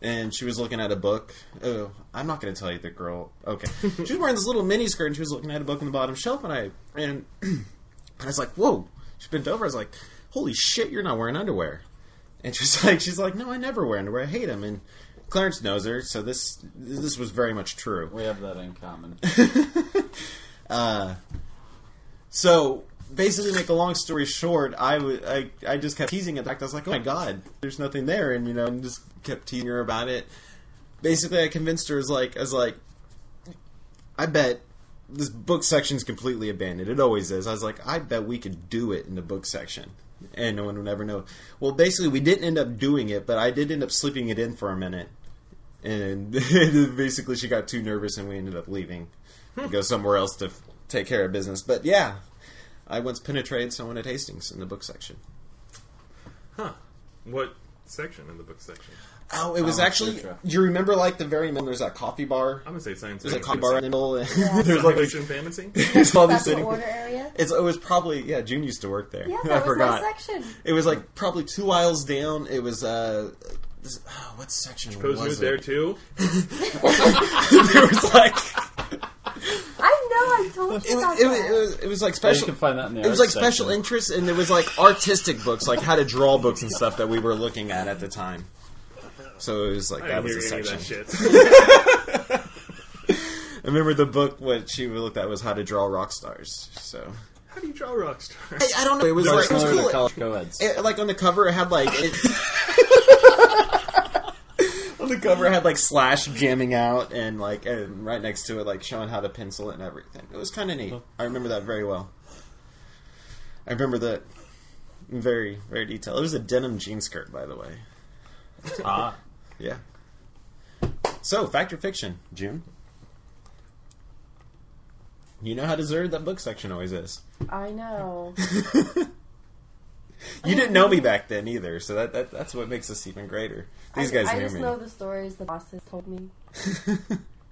and she was looking at a book. Oh, I'm not going to tell you the girl. Okay, she was wearing this little mini skirt, and she was looking at a book on the bottom shelf, and I and and I was like, "Whoa!" She bent over. I was like, "Holy shit, you're not wearing underwear!" And she's like, "She's like, no, I never wear underwear. I hate them." And Clarence knows her, so this this was very much true.
We have that in common.
So basically, to make a long story short, I wa- I- I just kept teasing it. In fact, I was like, oh my god, there's nothing there, and you know, and just kept teasing her about it. Basically, I convinced her as like as like, I bet this book section's completely abandoned. It always is. I was like, I bet we could do it in the book section. And no one would ever know. Well, basically, we didn't end up doing it, but I did end up sleeping it in for a minute. And basically, she got too nervous, and we ended up leaving to go somewhere else to f- take care of business. But yeah, I once penetrated someone at Hastings in the book section.
What section in the book section?
Oh, it was
Oh,
actually.
Sutra.
Do you remember like the very middle? There's that coffee bar.
I'm gonna say science
There's a
fiction.
coffee bar in the middle. And there's
Science
like
fiction fantasy?
there's all these
Special
sitting.
order area.
It's it was probably yeah. June used to work there.
Yeah,
I
that was
forgot.
my section.
It was like probably two aisles down. It was uh, this, oh, what section
Pose
was
nude
it?
there too.
it was like
I know. I told
it,
you about
was- it, was-
that.
it was it was like
But you
special.
can find that in the
It was like
arts
special
section.
interest, and there was like artistic books, like how to draw books and stuff that we were looking at at the time. So it was like
I
that
didn't
was
hear
the
any
section.
of that shit.
I remember the book what she looked at was how to draw rock stars. So
How do you draw rock stars?
I, I don't know. It was, like, it was
Similar to
cool.
college co-eds.
It- like on the cover, it had like it,
cover had like Slash jamming out, and like and right next to it, like showing how to pencil it and everything. It was kind of neat. I remember that very well. I remember that in very very detail. It was a denim jean skirt, by the way.
Ah.
yeah. So, fact or fiction, June? You know how deserved that book section always is.
I know.
You didn't know me back then either, so that, that that's what makes us even greater. These
I,
guys
I
knew
just
me.
know the stories the bosses told me.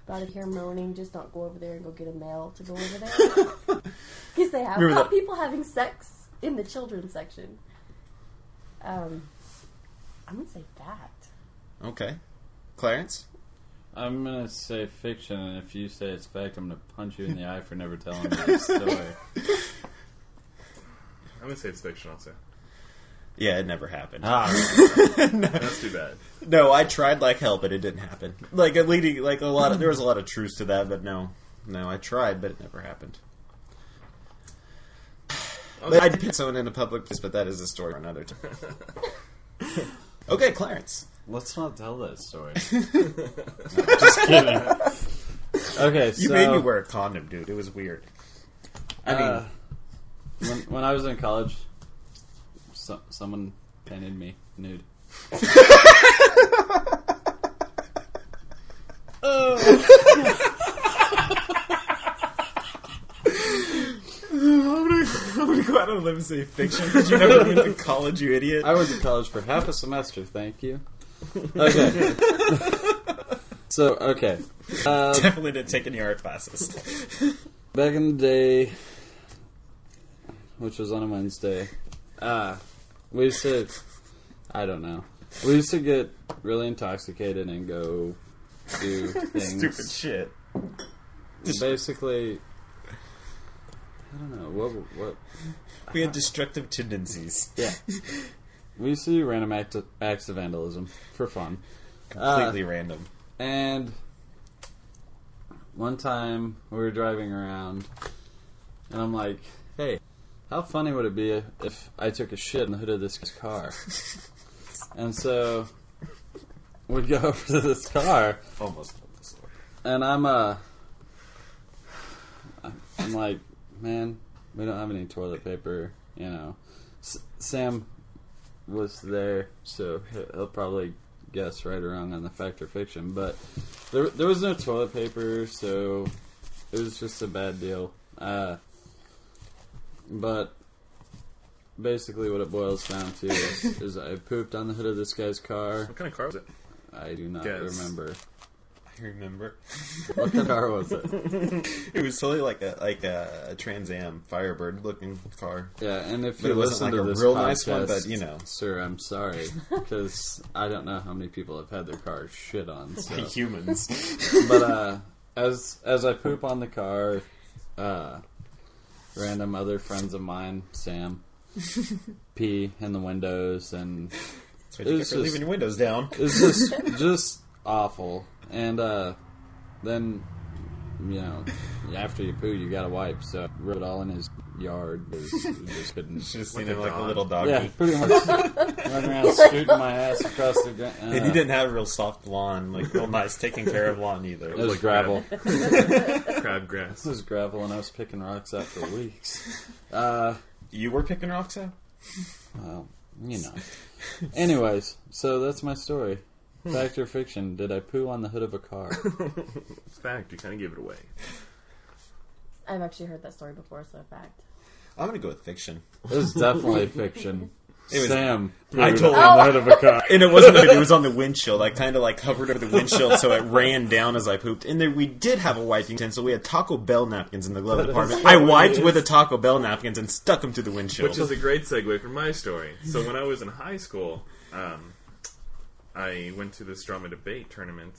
About it here moaning, just don't go over there and go get a mail to go over there. Because they have
Remember
caught
that-
people having sex in the children's section. Um, I'm gonna say that.
Okay, Clarence.
I'm gonna say fiction, and if you say it's fact, I'm gonna punch you in the eye for never telling me that story.
I'm gonna say it's fiction also.
Yeah, it never happened.
Ah,
No.
that's too bad.
No, I tried like hell, but it didn't happen. Like a leading, like a lot of there was a lot of truths to that, but no, no, I tried, but it never happened. But I did hit someone in a public place, but that is a story for another time. okay, Clarence.
Let's not tell that story.
Just
kidding. Okay,
you
so-
made me wear a condom, dude. It was weird. I mean,
Uh, when, when I was in college, so, someone painted me nude.
I'm gonna, I'm gonna go out on a limb and say fiction because you never went to college, you idiot.
I went to college for half a semester. Thank you. Okay. so okay. Uh,
Definitely didn't take any art classes.
back in the day, which was on a Wednesday, uh, we used to, I don't know, we used to get really intoxicated and go do things.
Stupid shit.
Basically, I don't know what what
We had destructive tendencies.
Yeah. we used to do random act acts of vandalism for fun.
Completely random.
And one time we were driving around, and I'm like, hey, how funny would it be if I took a shit in the hood of this car? and so we go over to this car.
Almost.
And I'm, uh, I'm- I'm like, man, we don't have any toilet paper, you know. S- Sam was there, so he- he'll probably guess right or wrong on the fact or fiction. But there, there was no toilet paper, so it was just a bad deal. Uh, but basically, what it boils down to is, is I pooped on the hood of this guy's car.
What kind of car was it?
I do not
Guess.
remember.
I remember.
What kind of car was it?
it was totally like a like a Trans Am Firebird looking car.
Yeah, and if
But
you
it wasn't
listen
like
to
a
this
real
podcast,
nice one, but, you know.
sir, I'm sorry because I don't know how many people have had their car shit on. So.
Uh, humans.
but uh, as as I poop on the car, uh, random other friends of mine, Sam, pee in the windows, and
That's what you
it
get
was
for leaving your windows down.
it's just just awful. And uh, then you know, after you poo, you gotta wipe. So I rubbed it all in his yard. It was- it just couldn't.
Just
Like
seen him
a
like a
dog.
little doggy.
Yeah, pretty much. Running around scooting my ass across the uh, ground.
And he didn't have a real soft lawn, like real nice taking care of lawn either.
It was gravel.
Crabgrass.
This was gravel, and I was picking rocks out for weeks. Uh,
You were picking rocks out?
well, you know. Anyways, so that's my story. Fact or fiction? Did I poo on the hood of a car?
Fact, you kind of gave it away.
I've actually heard that story before, so fact.
I'm gonna go with fiction.
It was definitely fiction.
It was-
Sam
I
pooed
told-
on the hood of a car.
And it wasn't like it was on the windshield. I kind of like hovered over the windshield so it ran down as I pooped. And then we did have a wiping utensil. We had Taco Bell napkins in the glove compartment. I wiped with the Taco Bell napkins and stuck them to the windshield.
Which is a great segue for my story. So when I was in high school, um, I went to this drama debate tournament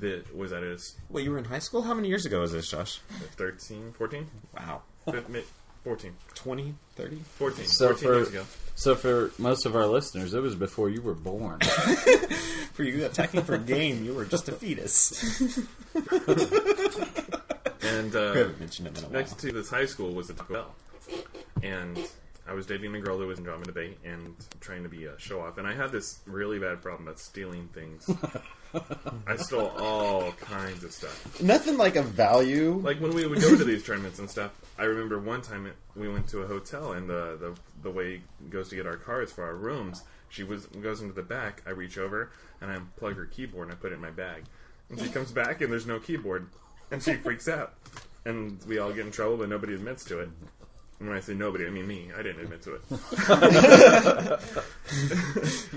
that was at a
Wait, you were in high school? How many years ago was this, Josh?
13, 14?
Wow.
Fif- mi- 14.
20, 30?
14.
So
14 years
for
ago.
so for most of our listeners, it was before you were born.
For you attacking for game, you were just a fetus.
And
We
uh,
haven't mentioned him in a while.
next to this high school was a Taco Bell. And I was dating a girl that was in drama debate and trying to be a show off, and I had this really bad problem about stealing things. I stole all kinds of stuff.
Nothing like a value.
Like when we would go to these tournaments and stuff, I remember one time it, we went to a hotel and the, the the way goes to get our cards for our rooms, she was goes into the back. I reach over and I unplug her keyboard and I put it in my bag. And she comes back and there's no keyboard, and she freaks out, and we all get in trouble, but nobody admits to it. And when I say nobody, I mean me. I didn't admit to it.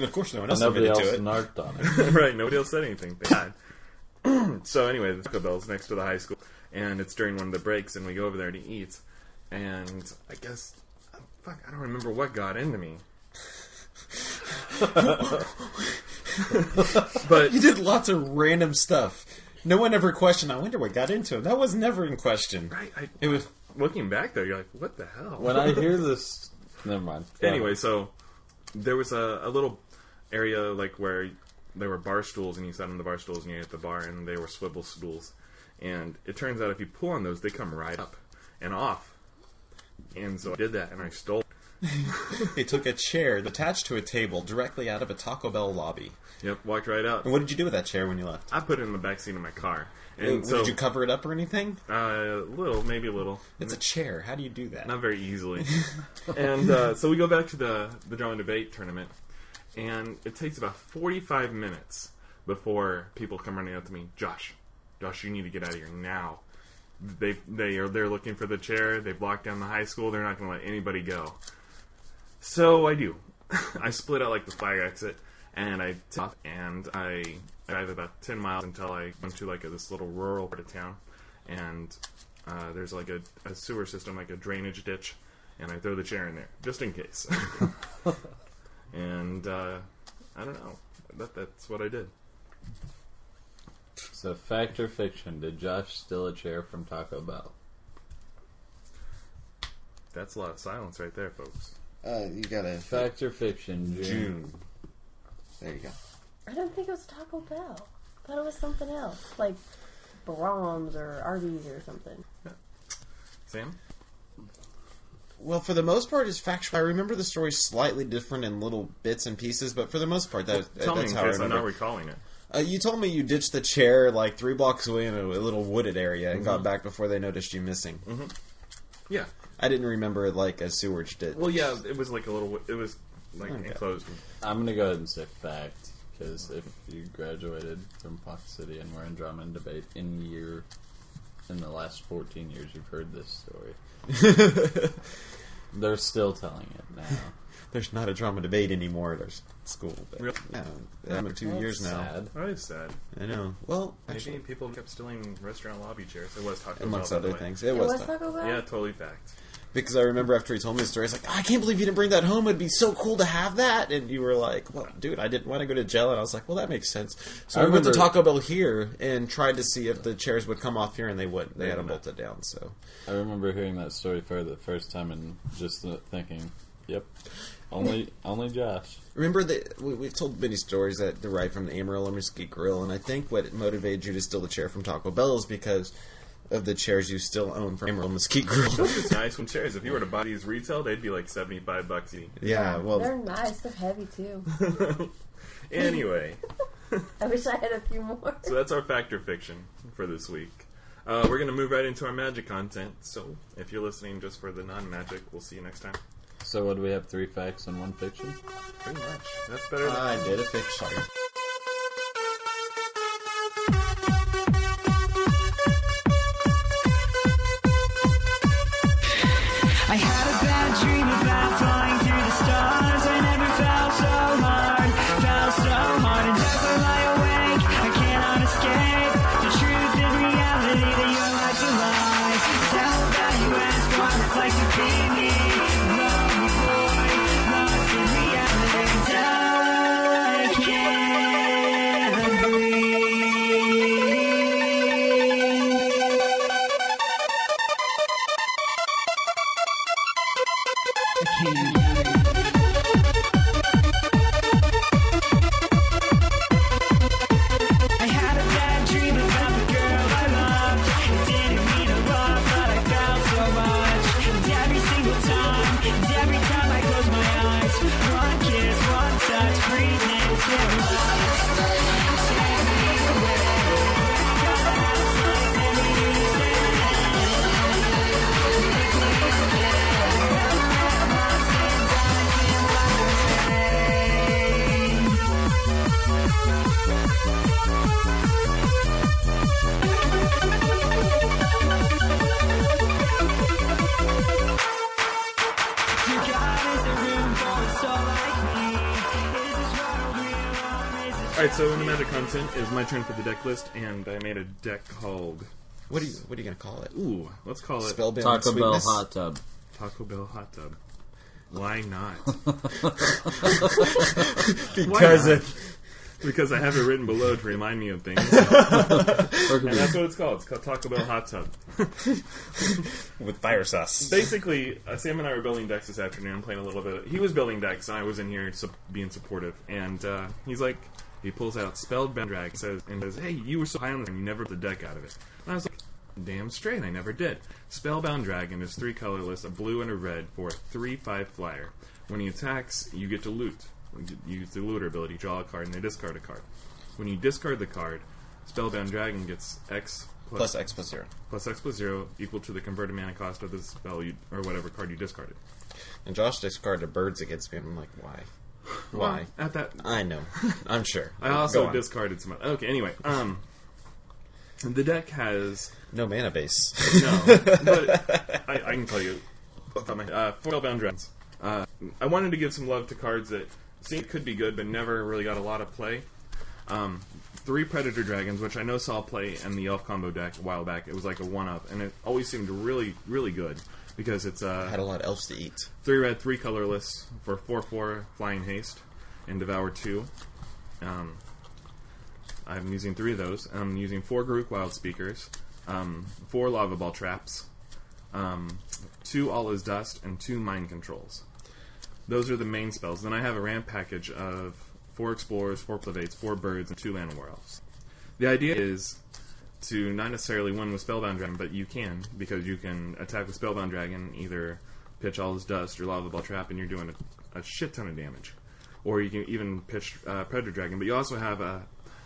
Of course no one else Nobody admitted to else it. narked on it.
right, nobody else said anything. Thank God. so anyway, the Taco Bell's next to the high school, and it's during one of the breaks, and we go over there to eat, and I guess, uh, fuck, I don't remember what got into me.
but you did lots of random stuff. No one ever questioned. I wonder what got into him. That was never in question.
Right, I-
it was
Looking back, though, you're like, what the hell?
When I hear this, never mind. Go on.
anyway, so there was a, a little area like where there were bar stools, and you sat on the bar stools, and you at the bar, and they were swivel stools. And it turns out if you pull on those, they come right up and off. And so I did that, and I stole.
they took a chair attached to a table directly out of a Taco Bell lobby.
Yep, walked right up.
And what did you do with that chair when you left?
I put it in the back seat of my car. And
Did-
so,
did you cover it up or anything?
Uh, little, maybe a little.
It's a chair. How do you do that?
Not very easily. and uh, so we go back to the the drama debate tournament, and it takes about forty five minutes before people come running up to me, Josh, Josh, you need to get out of here now. They they are they're looking for the chair. They've locked down the high school. They're not going to let anybody go. So I do. I split out like the fire exit, and I took off, and I drive about ten miles until I went to like a, this little rural part of town, and uh, there's like a, a sewer system, like a drainage ditch, and I throw the chair in there just in case. and uh, I don't know. That, that's what I did.
So, fact or fiction? Did Josh steal a chair from Taco Bell?
That's a lot of silence right there, folks.
Uh, you gotta
Fact or fiction? June.
June. There you go.
I don't think it was Taco Bell. I thought it was something else, like Brahms or Arby's or something.
Sam?
Well, for the most part, it's factual. I remember the story slightly different in little bits and pieces, but for the most part, that,
Tell
that's
me
how
in case
I
I'm not
remember.
recalling it.
uh, you told me you ditched the chair like three blocks away in a, a little wooded area and got back before they noticed you missing.
Mm-hmm. Yeah.
I didn't remember it like a sewage ditch.
Well, yeah, it was like a little. It was like
Okay.
enclosed.
I'm gonna go ahead and say fact because if you graduated from Fox City and were in drama and debate in year in the last 14 years, you've heard this story. They're still telling it now.
There's not a drama debate anymore. There's school. But,
Really?
Yeah, I'm at two
That's
years now.
sad.
That is sad.
I know. Well,
Maybe
actually,
people kept stealing restaurant lobby chairs. It was Taco
Amongst
Bell, by the
other
way.
things, it was tough.
Taco Bell?
Yeah, totally fact.
because I remember after he told me the story, I was like, "Oh, I can't believe you didn't bring that home. It'd be so cool to have that. And you were like, Well, dude, I didn't want to go to jail. And I was like, Well, that makes sense. So
I
I, went to
remember-
Taco Bell here and tried to see if the chairs would come off here, and they wouldn't. They had them bolted down. So
I remember hearing that story for the first time and just thinking, "Yep, only only Josh."
remember that we, we've told many stories that derive from the Amarillo Mesquite Grill, and I think what motivated you to steal the chair from Taco Bell is because of the chairs you still own from Amarillo Mesquite Grill.
Those are nice when chairs. If you were to buy these retail, they'd be like seventy five bucks each.
yeah,
They're
well,
nice. They're heavy too.
Anyway,
I wish I had a few more.
so that's our factor fiction for this week. Uh, we're gonna move right into our magic content. So if you're listening just for the non magic, we'll see you next time.
So, what do we have? Three facts and one fiction.
Pretty much. That's better. Than-
I did a fiction.
I had a bad dream about flying through the stars. I never felt so hard, felt so hard. And as I lie awake, I cannot escape the truth and reality that your life's a lie. Tell that you asked what it's like to be me. Lonely boy, lost in reality. I can't breathe. I
Alright, so in the magic content is my turn for the deck list, and I made a deck called.
What are you What are you gonna call it?
Ooh, let's call it
Spellbound
Taco Bell
Sweetness?
hot tub.
Taco Bell Hot Tub. Why not?
Because
Why
it,
not? because I have it written below to remind me of things.
Or it could
And
be
that's what it's called. It's called Taco Bell Hot Tub.
with fire sauce.
Basically, uh, Sam and I were building decks this afternoon, playing a little bit. He was building decks, and I was in here sup- being supportive. And uh, he's like, he pulls out Spellbound Drag says, and says, Hey, you were so high on this, and you never put the deck out of it. And I was like, Damn straight, I never did. Spellbound Dragon is three colorless, a blue and a red, for a 3 5 flyer. When he attacks, you get to loot. When you- You use the looter ability, draw a card, and they discard a card. When you discard the card, Spellbound Dragon gets X
Plus X plus zero.
plus X plus zero equal to the converted mana cost of the spell you, or whatever card you discarded.
And Josh discarded birds against me, and I'm like, why? Why?
At that,
I know. I'm sure.
I
Go
also
on.
discarded some. Okay, anyway, um, the deck has
no mana base.
no, but I, I can tell you, uh, foil bound dragons. Uh, I wanted to give some love to cards that seemed could be good, but never really got a lot of play. Um, three predator dragons, which I know saw play in the elf combo deck a while back. It was like a one up, and it always seemed really, really good because it's uh,
I had a lot of elves to eat.
three red, three colorless for four four flying haste and devour two. Um, I'm using three of those. I'm using four Garuk Wild Speakers, um, four Lava Ball Traps, um, two All Is Dust, and two Mind Controls. Those are the main spells. Then I have a ramp package of four Explorers, four Plevates, four Birds, and two Land War Elves. The idea is to not necessarily win with Spellbound Dragon, but you can because you can attack with Spellbound Dragon, either pitch all his dust or Lava Ball Trap, and you're doing a, a shit ton of damage. Or you can even pitch uh, Predator Dragon, but you also have uh,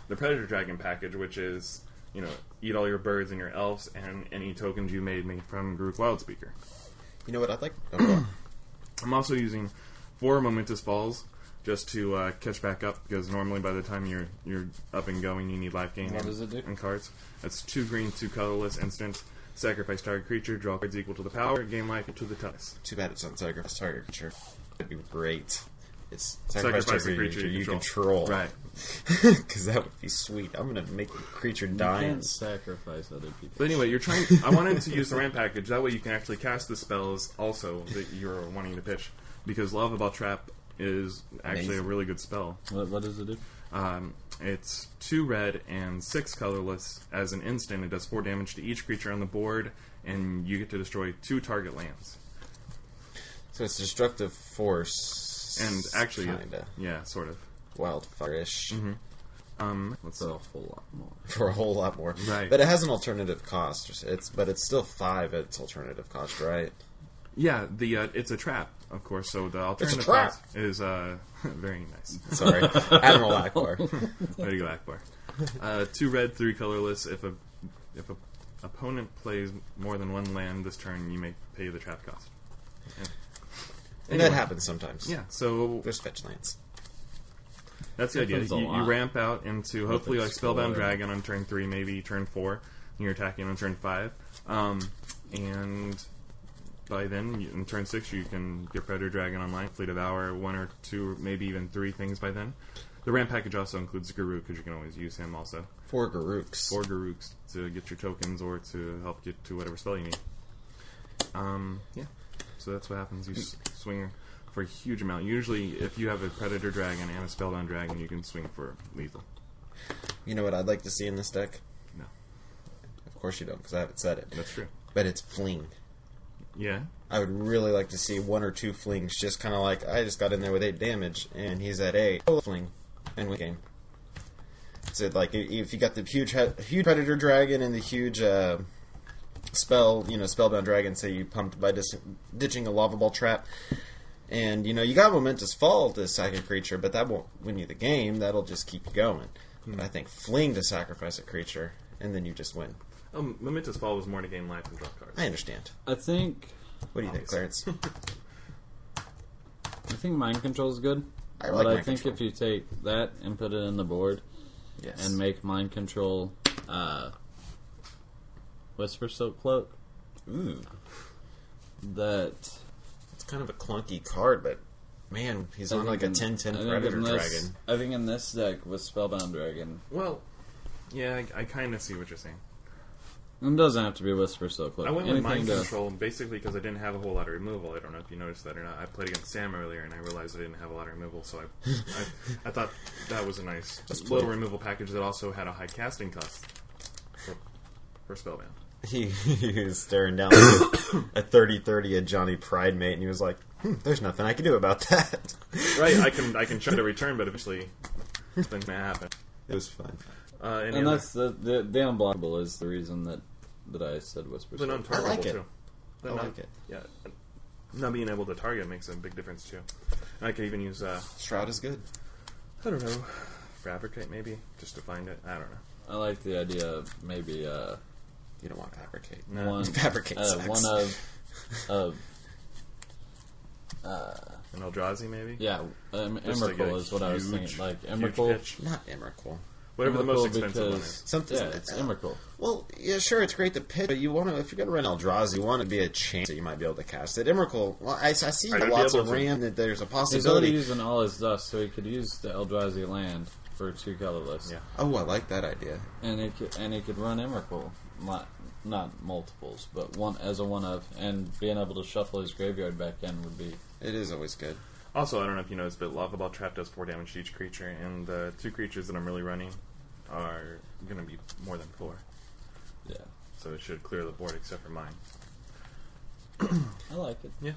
the Predator Dragon package, which is you know eat all your birds and your elves and any tokens you made me from Groot Wildspeaker.
You know what I'd like? Oh, go on.
I'm also using four momentous falls just to uh, catch back up because normally by the time you're you're up and going, you need life gain.
What
and,
does it do?
And cards. That's two green, two colorless instants. Sacrifice target creature, draw cards equal to the power, gain life equal to the tough.
Too bad it's not sacrifice target creature. That'd be great. It's sacrifice,
Sacrifice the
target creature,
creature you
you control.
control. Right.
Because that would be sweet. I'm gonna make the creature
You
die.
can't sacrifice other people.
But anyway, you're trying. I wanted to use the ramp package. That way, you can actually cast the spells also that you're wanting to pitch, because Lava Ball Trap is actually a
Amazing.
really good spell.
What, what does it do?
Um, it's two red and six colorless. As an instant, it does four damage to each creature on the board, and you get to destroy two target lands.
So it's destructive force.
And actually, uh, Mm-hmm.
kinda
yeah, sort of.
wildfire-ish
Um, let's
It's a whole lot more.
for a whole lot more.
Right.
But it has an alternative cost. It's but it's still five at its alternative cost, right?
yeah, the uh, it's a trap, of course. So the alternative
trap.
cost is uh, very nice.
Sorry, Admiral Ackbar.
There you go, Akbar. Uh, two red, three colorless. If a if a opponent plays more than one land this turn, you may pay the trap cost.
And that happens sometimes.
Yeah, so
There's fetch lands.
That's the idea.
Happens a
You, you
lot.
ramp out into hopefully like
Explorer.
Spellbound Dragon on turn three, maybe turn four, and you're attacking on turn five. Um, and by then, you, in turn six, you can get Predator Dragon online, Fleet Devour, one or two, maybe even three things by then. The ramp package also includes Guru because you can always use him also,
Four Garuks.
or Guruks to get your tokens or to help get to whatever spell you need. Um, yeah, so that's what happens. You s- swing for a huge amount. Usually, if you have a Predator Dragon and a Spellbound Dragon, you can swing for lethal.
You know what I'd like to see in this deck?
No.
Of course you don't, because I haven't said it.
That's true.
But it's fling.
Yeah.
I would really like to see one or two flings, just kind of like I just got in there with eight damage, and he's at eight. Oh, fling, and win game. So like, i- if you got the huge, he- huge predator dragon and the huge uh, spell, you know, spellbound dragon, say you pumped by dis- ditching a lava ball trap, and you know you got momentous fall to sack a creature, but that won't win you the game. That'll just keep you going. But I think fling to sacrifice a creature, and then you just win.
Um, Momentous Fall was more to gain life than draw cards.
I understand.
I think
What do you think, Clarence?
I think mind control is good.
I
but I
mind
think
control.
if you take that and put it in the board
yes.
and make mind control uh, whisper silk cloak,
Ooh.
that
It's kind of a clunky card, but Man, he's
I
on
think
like a
in-
10 10
I think
Predator
in this-
Dragon.
I think in this deck was Spellbound Dragon.
Well, yeah, I, I kind of see what you're saying.
It doesn't have to be Whisper so close.
I went with mind
to-
control basically because I didn't have a whole lot of removal. I don't know if you noticed that or not. I played against Sam earlier and I realized I didn't have a lot of removal, so I, I, I thought that was a nice little removal package that also had a high casting cost for, for Spellbound.
He, he was staring down a 30 30 at Johnny Pride Mate, and he was like, hmm, there's nothing I can do about that.
Right, I can I can try to return, but eventually things may happen.
It was fun.
Uh, any
And
other-
that's the, the the unblockable is the reason that that I said Whisper. so
the non-targetable
close.
I like it.
too. The
I
non-
like it.
Yeah, not being able to target makes a big difference too. And I could even use uh,
Shroud is good.
I don't know, fabricate maybe just to find it. I don't know.
I like the idea of maybe uh,
You don't want to fabricate.
No.
one
Fabricate
uh,
sucks.
one of
Uh,
of
An Eldrazi maybe.
yeah um,
Just like
Emrakul
a
is what I was
huge-
thinking. Like
huge
Emrakul,
pitch.
Not Emrakul.
Whatever the most
Emrakul
expensive one
because
is.
Something-
yeah, it's Emrakul.
Well, yeah, sure, it's great to pitch, but you want to if you're going to run Eldrazi, you want to be a chance that you might be able to cast it. Emrakul, well, I, I see the
I gotta be
lots
able
of
to.
Ram that there's a
He's already
possibility.
using all his dust, so he could use the Eldrazi land for two colorless.
Yeah.
Oh, I like that idea.
and it could, and it could run Emrakul, not not multiples, but one as a one of, and being able to shuffle his graveyard back in would be
It is always good.
Also, I don't know if you noticed, but Lava Ball Trap does four damage to each creature, and the two creatures that I'm really running are going to be more than four.
yeah.
So it should clear the board except for mine.
I like it.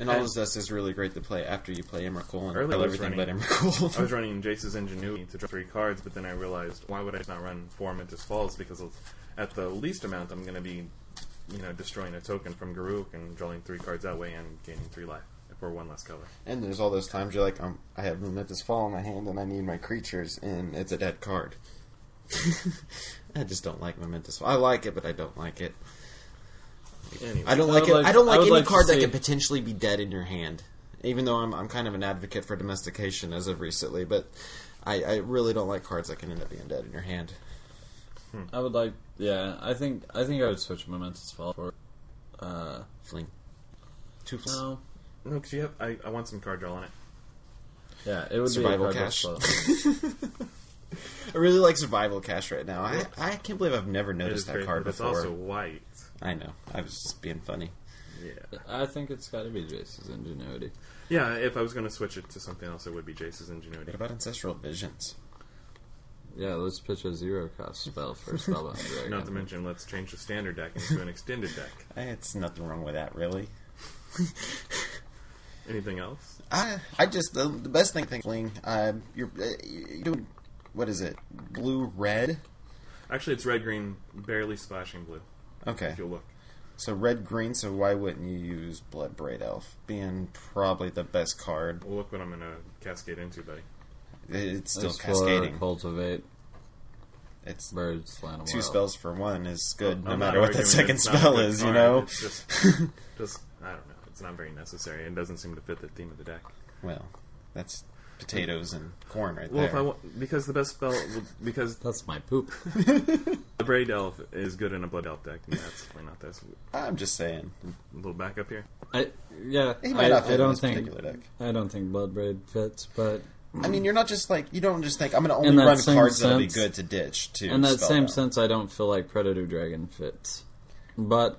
And all this dust is really great to play after you play Emrakul and
Early
kill
was
everything but
running- I
Emrakul.
was running Jace's Ingenuity to draw three cards, but then I realized why would I not run four Mentis Falls? Because it's- at the least amount, I'm going to be, you know, destroying a token from Garuk and drawing three cards that way and gaining three life for one less color.
and there's all those times you're like, um, I have Momentous Fall in my hand and I need my creatures, and it's a dead card. I just don't like Momentous Fall. I like it, but I don't like it.
Anyway,
I don't
I
like
would
it.
like-
I don't
I
like
would
any
like to
card that
see-
could potentially be dead in your hand. Even though I'm I'm kind of an advocate for domestication as of recently, but I, I really don't like cards that can end up being dead in your hand.
I would like, yeah. I think I think I would switch momentous fall for. Uh,
Fling. Two fl-
no,
no, because you have. I, I want some card draw on it.
yeah, it would
Survival
be a
cash.
Spell.
I really like survival cash right now. I, I can't believe I've never
It
noticed
is
that
great,
card
but it's
before.
also white.
I know. I was just being funny.
Yeah.
I think it's got to be Jace's ingenuity.
Yeah, if I was going to switch it to something else, it would be Jace's Ingenuity.
What about ancestral visions?
Yeah, let's pitch a zero cost spell for Spellbound Dragon.
Not to mention, let's change the standard deck into an extended deck.
Eh, It's nothing wrong with that, really.
Anything else?
I I just the, the best thing thing fling. Uh, you're uh, you doing what is it? Blue red.
Actually, it's red green, barely splashing blue.
Okay.
If you look.
So red green. So why wouldn't you use Blood Braid Elf? Being probably the best card.
Well, look what I'm going to cascade into, buddy.
It- It's still
Explore,
cascading.
cultivate
It's
birds, slant
two spells for one is good, no
I'm
matter
not
what that second
arguing it's not a
spell
good
is. You
card,
know.
it's just, just I don't know. It's not very necessary and doesn't seem to fit the theme of the deck.
well, that's potatoes and corn right
Well,
there.
if I want, because the best spell because
That's my poop.
the braid elf is good in a blood elf deck. And that's why not this
I'm just saying.
little backup here.
I, yeah,
He might
I,
not fit
I
in
don't
this
think
particular deck.
I don't think Bloodbraid fits, but
I mean, you're not just like you don't just think I'm going to
In
only
that
run
same
cards that'll be
sense-
good to ditch. To
in that
spell
same
out.
sense, I don't feel like Predator Dragon fits. But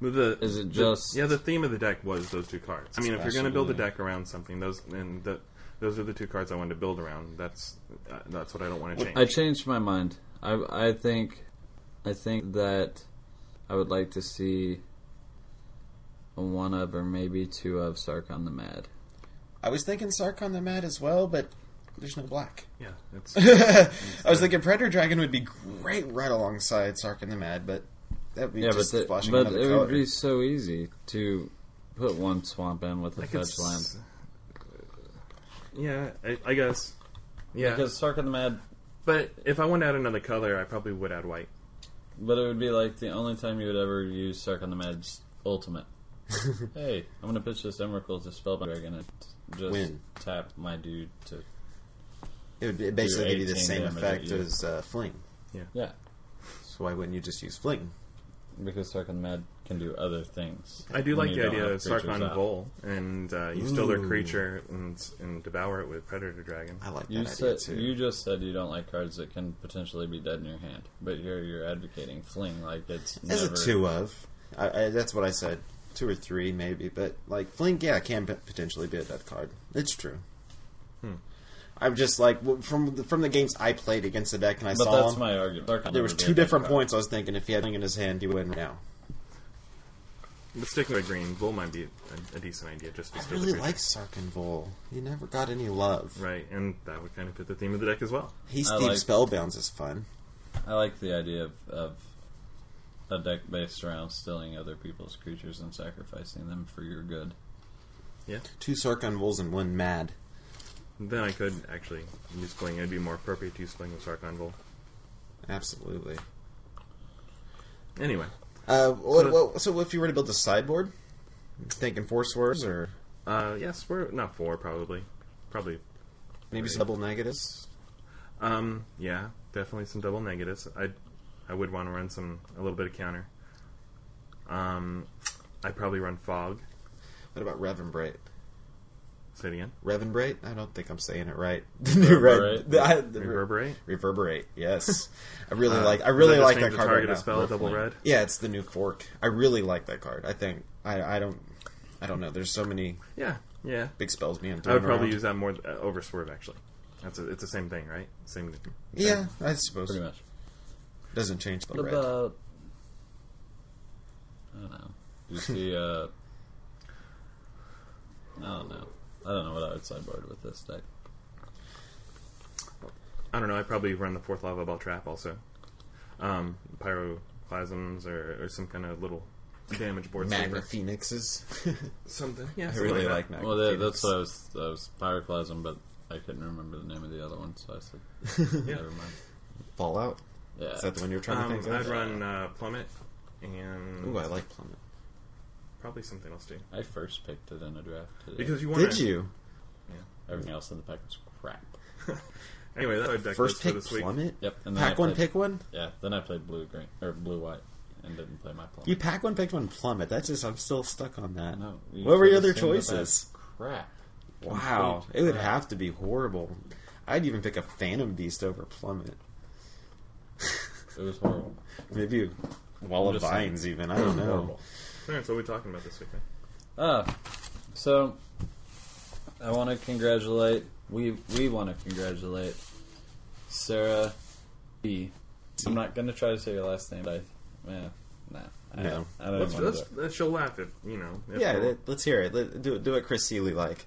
Move the
Is it
the-
just-
yeah? The theme of the deck was those two cards. I mean, if you're going to
Smashing
build a
Blade.
deck around something, those and the, those are the two cards I wanted to build around. That's uh, that's what I don't want to change.
I changed my mind. I I think I think that I would like to see a one of or maybe two of Sarkon the Mad.
I was thinking Sarkon the Mad as well, but there's no black.
yeah, it's,
I was thinking Predator Dragon would be great right alongside Sarkon the Mad, but that would be
Yeah,
just
but the,
splashing
but
another
it
color.
would be so easy to put one swamp in with a
I could
fetch land.
s- yeah, I, I guess. Yeah,
Because Sarkon the Mad,
but if I want to add another color, I probably would add white.
but it would be like the only time you would ever use Sarkon the Mad's ultimate. hey, I'm gonna pitch this Emrakul to Spellbound Dragon and just
Win.
tap my dude to
It would it basically give you the
18
same
damage
effect
at you.
as uh, Fling.
yeah.
So why wouldn't you just use Fling?
because Sarkon the Mad can do other things.
I do
when
like
you
the
don't
idea
have
of
creatures
Sarkon
out.
Vole, and uh, you steal their
Ooh.
creature and, and devour it with Predator Dragon.
I like that
You
idea
said
too.
you just said you don't like cards that can potentially be dead in your hand, but here you're advocating fling like it's
As
never
a two of, I, I, that's what I said. Two or three, maybe. But like Flink, yeah, can p- potentially be a dead card. It's true.
Hmm.
I'm just like well, from the, from the games I played against the deck, and I
But
saw
that's
him,
my argument. Sarkon
there was
never
two
gave that
different
card.
points. I was thinking if he had Flink in his hand, he would win right now.
But stick with green. Vole might be a, a decent idea just to
I
steal the
really
creature.
like Sarkin Vole. He never got any love.
Right, and that would kind of fit the theme of the deck as well.
He's
I
Steve
like-
Spellbounds is fun.
I like the idea of, of a deck based around stealing other people's creatures and sacrificing them for your good.
Two Sarkin Voles and one Mad.
Then I could actually use Fling. It'd be more appropriate to use Fling with Sarkon Vole.
Absolutely.
Anyway,
Uh, what, what, so if you were to build a sideboard, thinking four swords or
uh, yes, we're not four probably, probably
maybe some double negatives.
Um, yeah, definitely some double negatives. I, I would want to run some a little bit of counter. Um, I probably run fog.
What about Revenbrate?
Say it again.
Revenbrate? I don't think I'm saying it right. The new red,
Reverberate?
the, I, the,
Reverberate.
Reverberate. Yes, I really
Uh,
like. I
does
really
that just
like
change
that
the
card.
Target
right
a
now.
spell, double
Roughly.
red.
Yeah, it's the new fork. I really like that card. I think I, I don't. I don't know. There's so many
Yeah, yeah.
big spells being
I
thrown
would probably
around.
use that more uh, over swerve actually. That's a, it's the same thing, right? Same.
Yeah, I suppose
Pretty much.
doesn't change the
What
red.
about I don't know. Do you see uh I don't know. I don't know what I would sideboard with this deck.
I don't know. I would probably run the fourth lava ball trap also. Um, pyroclasms or, or some kind of little damage board
Magna
saver.
Phoenixes?
Something. Yeah,
I
something
really
that.
like Magna.
well that,
Phoenix.
that's what I was I was pyroclasm but I couldn't remember the name of the other one, so I said never mind.
Fallout.
Yeah.
Is that the one you're trying to
Um,
think
I'd
of?
run uh, plummet and
Ooh, I like Plummet.
probably something else too.
I first picked it in a draft today.
Because you want
Did you
everything else in the pack was crap.
Anyway, that's our deck
first
list for
pick
this week.
Plummet?
Yep. And then I
Pack one,
played-
pick one.
Yeah. Then I played blue green or blue white and didn't play my plum.
You pack one, picked one, plummet. That's just I'm still stuck on that.
No, you
what were
said
your
the
other
same with
choices?
that Crap.
Wow,
Complete
it would
crap.
have to be horrible. I'd even pick a Phantom Beast over plummet.
It was horrible.
Maybe a Wall of
Just saying.
Vines. Even I don't know.
Horrible.
All right, so what are we talking about this week? Then?
Ah, so I want to congratulate. We we want to congratulate Sarah B. I'm not gonna try to say your last name. But I, yeah, nah. I
No.
don't, I don't
Let's,
want
let's,
to.
let's she'll laugh if you know. If
Yeah,
we're-
let- let's hear it. Let, do it. Do it, Chris Seeley like.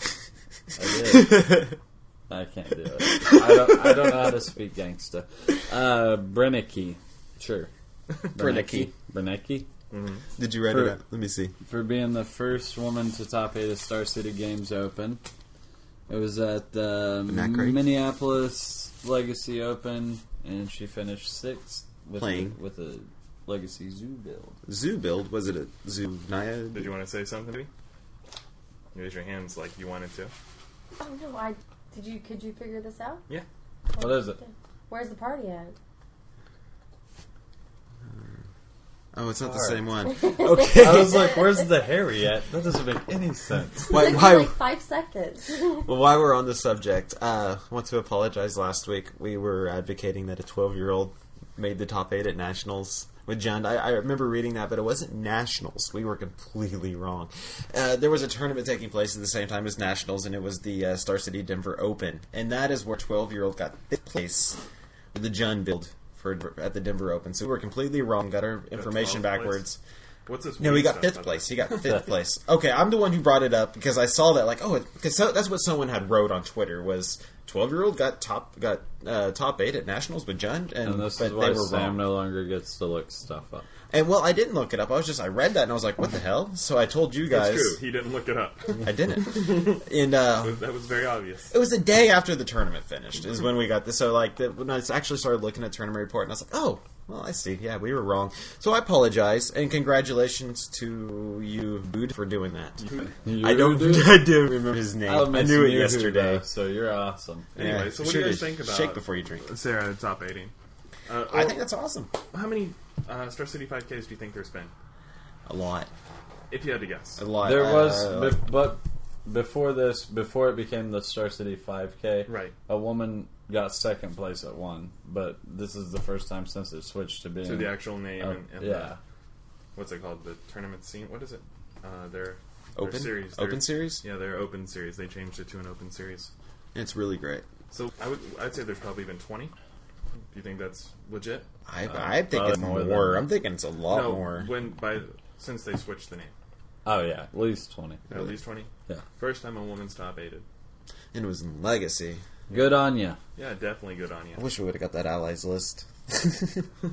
I did. I can't do it. I don't. I don't know how to speak gangsta. Uh, Brennicky, sure.
Brennicky.
Brennicky.
Did you write
For-
it? Out? Let me see.
for being the first woman to top eight at Star City Games Open. It was at the
that great?
Minneapolis Legacy Open, and she finished sixth with
Playing.
A, with a Legacy Zoo build.
Zoo build was it a Zoo Naya?
Did you want to say something? Maybe? You raise your hands like you wanted to.
Oh no, I did you could you figure this out?
Yeah.
What is it?
Where's the party at?
Oh, it's not the
Alright.
same one.
Okay, I was like, "Where's the Harry at?" That doesn't make any sense.
Why?
Took you,
why
like five seconds.
Well, while we're on the subject, uh, I want to apologize. Last week, we were advocating that a 12 year old made the top eight at nationals with John. I, I remember reading that, but it wasn't nationals. We were completely wrong. Uh, there was a tournament taking place at the same time as nationals, and it was the uh, Star City Denver Open, and that is where 12 year old got fifth place with the John build for at the Denver Open. So we were completely wrong. Got our information
12th place?
backwards.
What's this?
No,
weird
he got
stuff
fifth
about
place.
that?
He got fifth place. Okay, I'm the one who brought it up because I saw that. Like, oh, because so, that's what someone had wrote on Twitter was twelve year old got top got uh, top eight at nationals with John, and,
And this
but
is why
they were
Sam
wrong.
no longer gets to look stuff up.
And well, I didn't look it up. I was just I read that and I was like, what the hell? So I told you
That's
guys
true. He didn't look it up.
I didn't. and uh,
that was very obvious.
it was the day after the tournament finished is when we got this. So like the, when I actually started looking at the tournament report, and I was like, oh, well, I see. Yeah, we were wrong. So I apologize and congratulations to you, Bood, for doing that. I don't. I don't remember his name. I
miss
knew it
you,
yesterday.
though, so you're awesome.
Yeah,
Anyway, so what do
sure
you guys
to
think about
Shake before you drink.
Sarah top eighty? Uh,
I think that's awesome.
How many uh, Star City 5Ks do you think there's been?
A lot.
If you had to guess.
A lot.
There was,
Uh,
be- but before this, before it became the Star City 5K,
Right.
A woman got second place at one, but this is the first time since it switched to being
So the actual name
oh,
uh,
and, and
yeah.
the, what's it called? The tournament scene? What is it? Uh, their,
open
their series. their-
open series.
Yeah, their open series. They changed it to an open series.
It's really great.
So I would I'd say there's probably been 20. Do you think that's legit?
I, I think it's
probably Uh, more
more.
than-
I'm thinking it's a lot
no,
more.
when by since they switched the name,
Oh yeah, at least twenty.
at least 20.
Yeah.
First time a woman's top aided.
And it was in Legacy.
Good on you.
Yeah, definitely good on you.
I wish we would have got that allies list.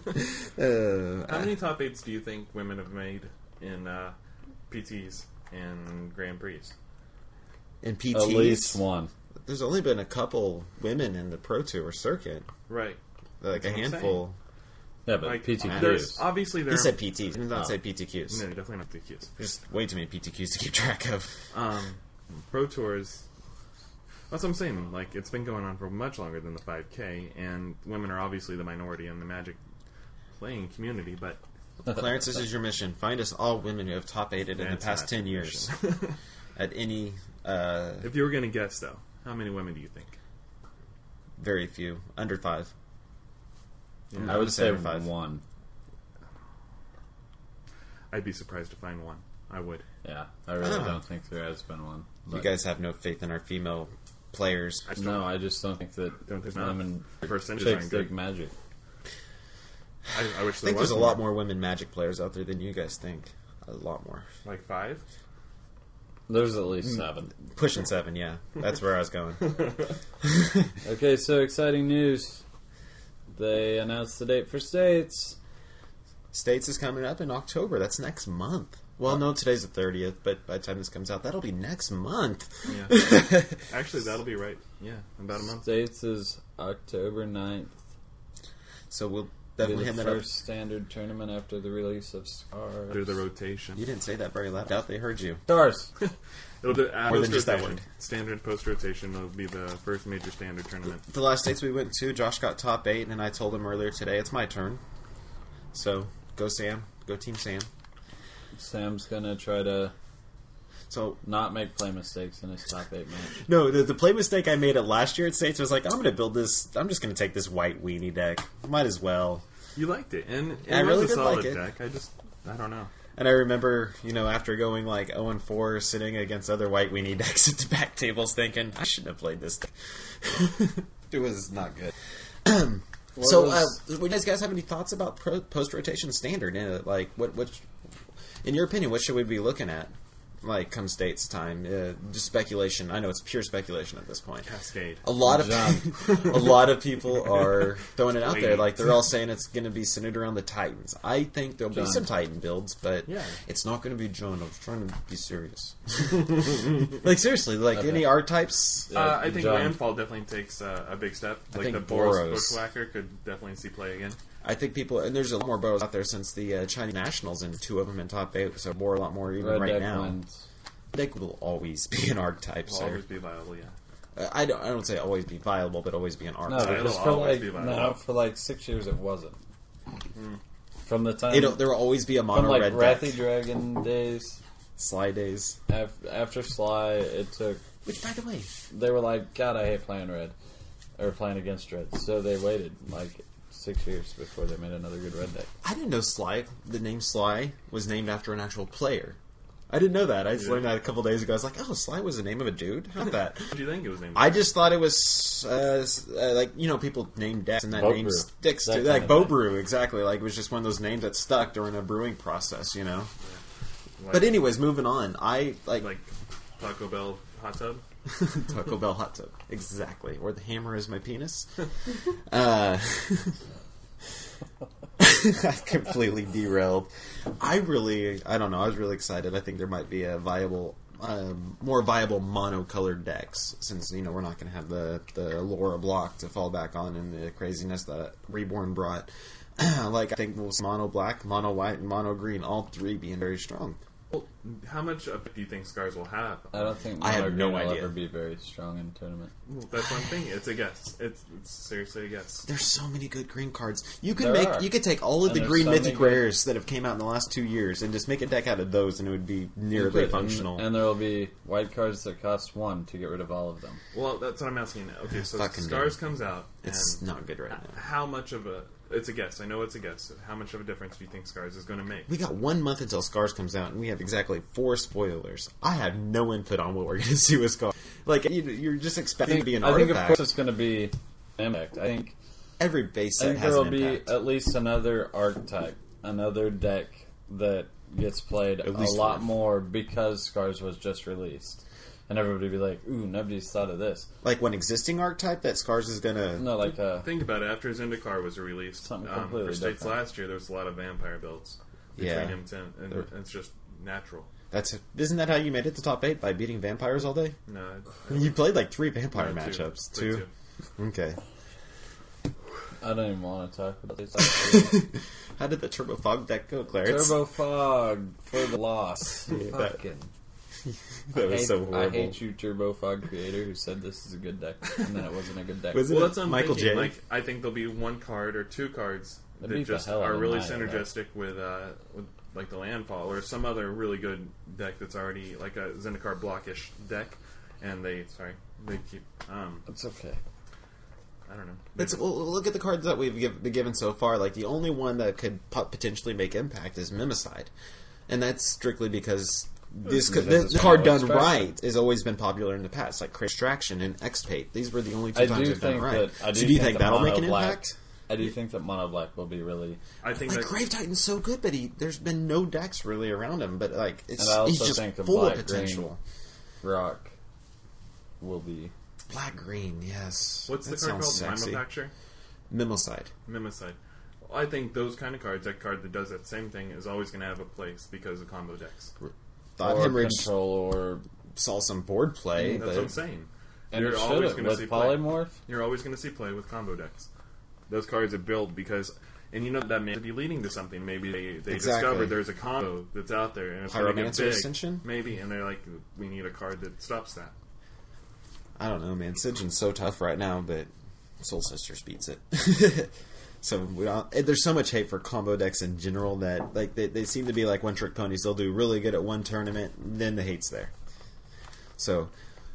uh,
How many top eights do you think women have made in uh, PTs and Grand Prix?
and PTs.
At least one.
There's only been a couple women in the Pro Tour circuit,
Right.
like
That's
a
what I'm
handful.
Yeah, but
Like There's
PTQs.
obviously there.
Uh, He
are-
said PTs. He did not
Oh.
say PTQs.
no, definitely not PTQs.
There's way too many PTQs to keep track of.
Um, Pro Tours. That's what I'm saying. Like it's been going on for much longer than the 5K, and women are obviously the minority in the Magic playing community. But
Clarence, this is your mission. Find us all women who have top aided in the
That's
past
not
ten
your
years at any. Uh,
if you were gonna guess, though, how many women do you think?
very few, under five.
I would say
Seventy-five.
one.
I'd be surprised to find one. I would.
Yeah, I really
Ah.
don't think there has been one.
You
But-
guys have no faith in our female players.
I still
No, I just don't think that
Don't think
women
the percentages
chicks
aren't
dig
good.
magic.
I,
I
I wish
think
there was
there's a lot more women Magic players out there than you guys think. A lot more.
Like five.
There's at
Hmm.
least seven.
Pushing seven, yeah. That's where I was going.
Okay, so exciting news. They announced the date for states.
States is coming up in October. That's next month. Well, no, today's the 30th, but by the time this comes out, that'll be next month.
Yeah. Actually, that'll be right. Yeah, in about a month.
States is October 9th.
So we'll
Be
definitely
the
hand that
first
up.
standard tournament after the release of Stars.
Through the rotation.
You didn't say that very loud. I doubt they heard you.
Stars.
It'll do uh,
More
post
than just that
rotation.
one.
Standard post rotation will be the first major standard tournament.
The last states we went to, Josh got top eight, and I told him earlier today, it's my turn. So go, Sam. Go, Team Sam.
Sam's gonna try to
So
not make play mistakes in his top eight match.
No, the, the play mistake I made at last year at States was like, I'm going to build this. I'm just going to take this white weenie deck. Might as well.
You liked it, and, and
I
it
really
was
did
a solid
like it.
deck. I just, I don't know.
And I remember, you know, after going like 0 and 4, sitting against other white weenie decks at the back tables, thinking I shouldn't have played this. deck." it was not good. so,
was-
uh, would you guys- guys have any thoughts about pro- post rotation standard? Uh, like, what, what, in your opinion, what should we be looking at? Like, come states time, uh, just speculation. I know it's pure speculation at this point.
Cascade.
a lot of a lot of people are throwing it out there.
Wait.
Like they're all saying it's going to be centered around the Titans. I think there'll
John.
be some Titan builds, but
Yeah.
it's not going to be John. I was trying to be serious. like seriously, like any R types.
Uh, I think
John.
landfall definitely takes uh, a big step. Like
think
the Boros,
Boros.
Bushwhacker could definitely see play again.
I think people and there's a lot more bows out there since the uh, Chinese nationals and two of them in top eight, so more a lot more even
Red
right
deck
now.
wins.
Deck will always be an archetype,
Will
sir.
always be viable. Yeah.
Uh, I don't. I don't say always be viable, but always be an
No,
archetype.
because
It'll
for
always
like
be Hmm. viable.
no, for like six years it wasn't. From the time
It'll, there will always be a
from
mono
like
red
Wrathy
deck.
Dragon days
Sly days.
af- after Sly, it took
Which, by the way,
they were like, God, I hate playing red or playing against red. So they waited like six years before they made another good red deck.
I didn't know Sly, the name Sly, was named after an actual player. I didn't know that. I just learned that a couple days ago. I was like, oh, Sly was the name of a dude? How that?
What do you think it was named?
I just thought it was, uh, s- uh, like, you know, people name decks and that
Boat
name
brew.
sticks
That
to
kind
Like,
of
Bow
thing.
Brew, exactly. Like, it was just one of those names that stuck during a brewing process, you know?
like,
But, anyways, moving on. I, like,
like Taco Bell hot tub.
Taco Bell hot tub. Exactly. Or the hammer is my penis. uh, I completely derailed. I really, I don't know. I was really excited. I think there might be a viable, um, more viable monocolored decks since you know we're not going to have the the Laura block to fall back on and the craziness that Reborn brought. like I think we'll see mono black, mono white, and mono green, all three being very strong.
How much of do you think Scars will have?
I don't think
I have
Miller
no
Green will
idea.
ever be very strong in the tournament.
Well, That's one thing. It's a guess. It's, it's seriously a guess.
There's so many good green cards. You could
There
make
are.
you could take all of
And
the
there's
green
so many
mythic
good-
rares that have came out in the last two years and just make a deck out of those and it would be nearly
And-
functional.
And, there will be white cards that cost one to get rid of all of them.
Well, that's what I'm asking now. Okay, so
Fucking
Scars
good.
comes out.
it's
and
not good right now.
How much of a? It's a guess. I know it's a guess. How much of a difference do you think Scars is going to make?
We got one month until Scars comes out, and we have exactly four spoilers. I have no input on what we're going to see with Scars. Like you, you're just expecting to be an
I think
artifact.
of course it's going to be an impact. I think
Every base
I
set
think
has
there will
an
be
impact.
at least another archetype, another deck that gets played
At least
a lot
one.
more because Scars was just released, and everybody would be like, "Ooh, nobody's thought of this."
like one existing archetype that Scars is going to.
No, like uh,
Think about it. After his Zendikar was released um,
Something
for
completely
states
different.
last year, there was a lot of vampire builds between
Yeah.
him and, and,
There-
it's just natural.
That's isn't that how you made it to top eight by beating vampires all day?
No, I-
You played like three vampire
I-
matchups
Play
too. Okay.
I don't even want to talk about this.
How did the Turbo Fog deck go, Clarence?
Turbo Fog for the loss.
Yeah, that-
Fucking.
that was
hate-
so horrible.
I hate you, Turbo Fog creator, who said this is a good deck, and then it wasn't a good deck.
Was it
Well, that's what I'm
Michael
thinking.
J.
Like, I think there'll be one card or two cards
That'd
that
beat the
just
hell out
are
of
really
Naya,
synergistic with, uh, with like the landfall or some other really good deck that's already like a Zendikar blockish deck, and they sorry they keep um
It's okay.
I don't know. They
Let's well, look at the cards that we've giv been given so far. Like the only one that could po- potentially make impact is Mimicide, and that's strictly because this,
because
this
it's
card
Wild
done
Extraction.
right has always been popular in the past, like Crazy Extraction and Expate. These were the only two
I
times
do
they've done it
think
right.
that. I do
so do you
think
think
that
that'll make an
Mono Black-
impact?
I do think that Mono Black will be really.
I think
Like
that
Grave Titan's so good, but he there's been no decks really around him. But like it's
And I also
he's just
think the
full of
Black
potential.
rock will be.
Black green, yes.
what's
that
the card
sounds
called?
Sexy.
Mimofacture,
Mimicide.
Mimicide. Well, I think those kind of cards, that card that does that same thing, is always going to have a place because of combo decks.
Thought
or
hemorrhage
control Mm, or
saw some board play,
That's
but
what I'm saying.
and
You're
it
always
should've
gonna
with
see play.
polymorph.
You're always going to see play with combo decks. Those cards that build because, and you know that may be leading to something. Maybe they, they
Exactly.
discover there's a combo that's out there and it's going to get
Pyromancer
big.
Ascension?
Maybe, and they're like, we need a card that stops that.
I don't know, man. Sijin's so tough right now, but Soul Sisters beats it. so we don't, eh, there's so much hate for combo decks in general that like they, they seem to be like one trick ponies. They'll do really good at one tournament, then the hate's there. So,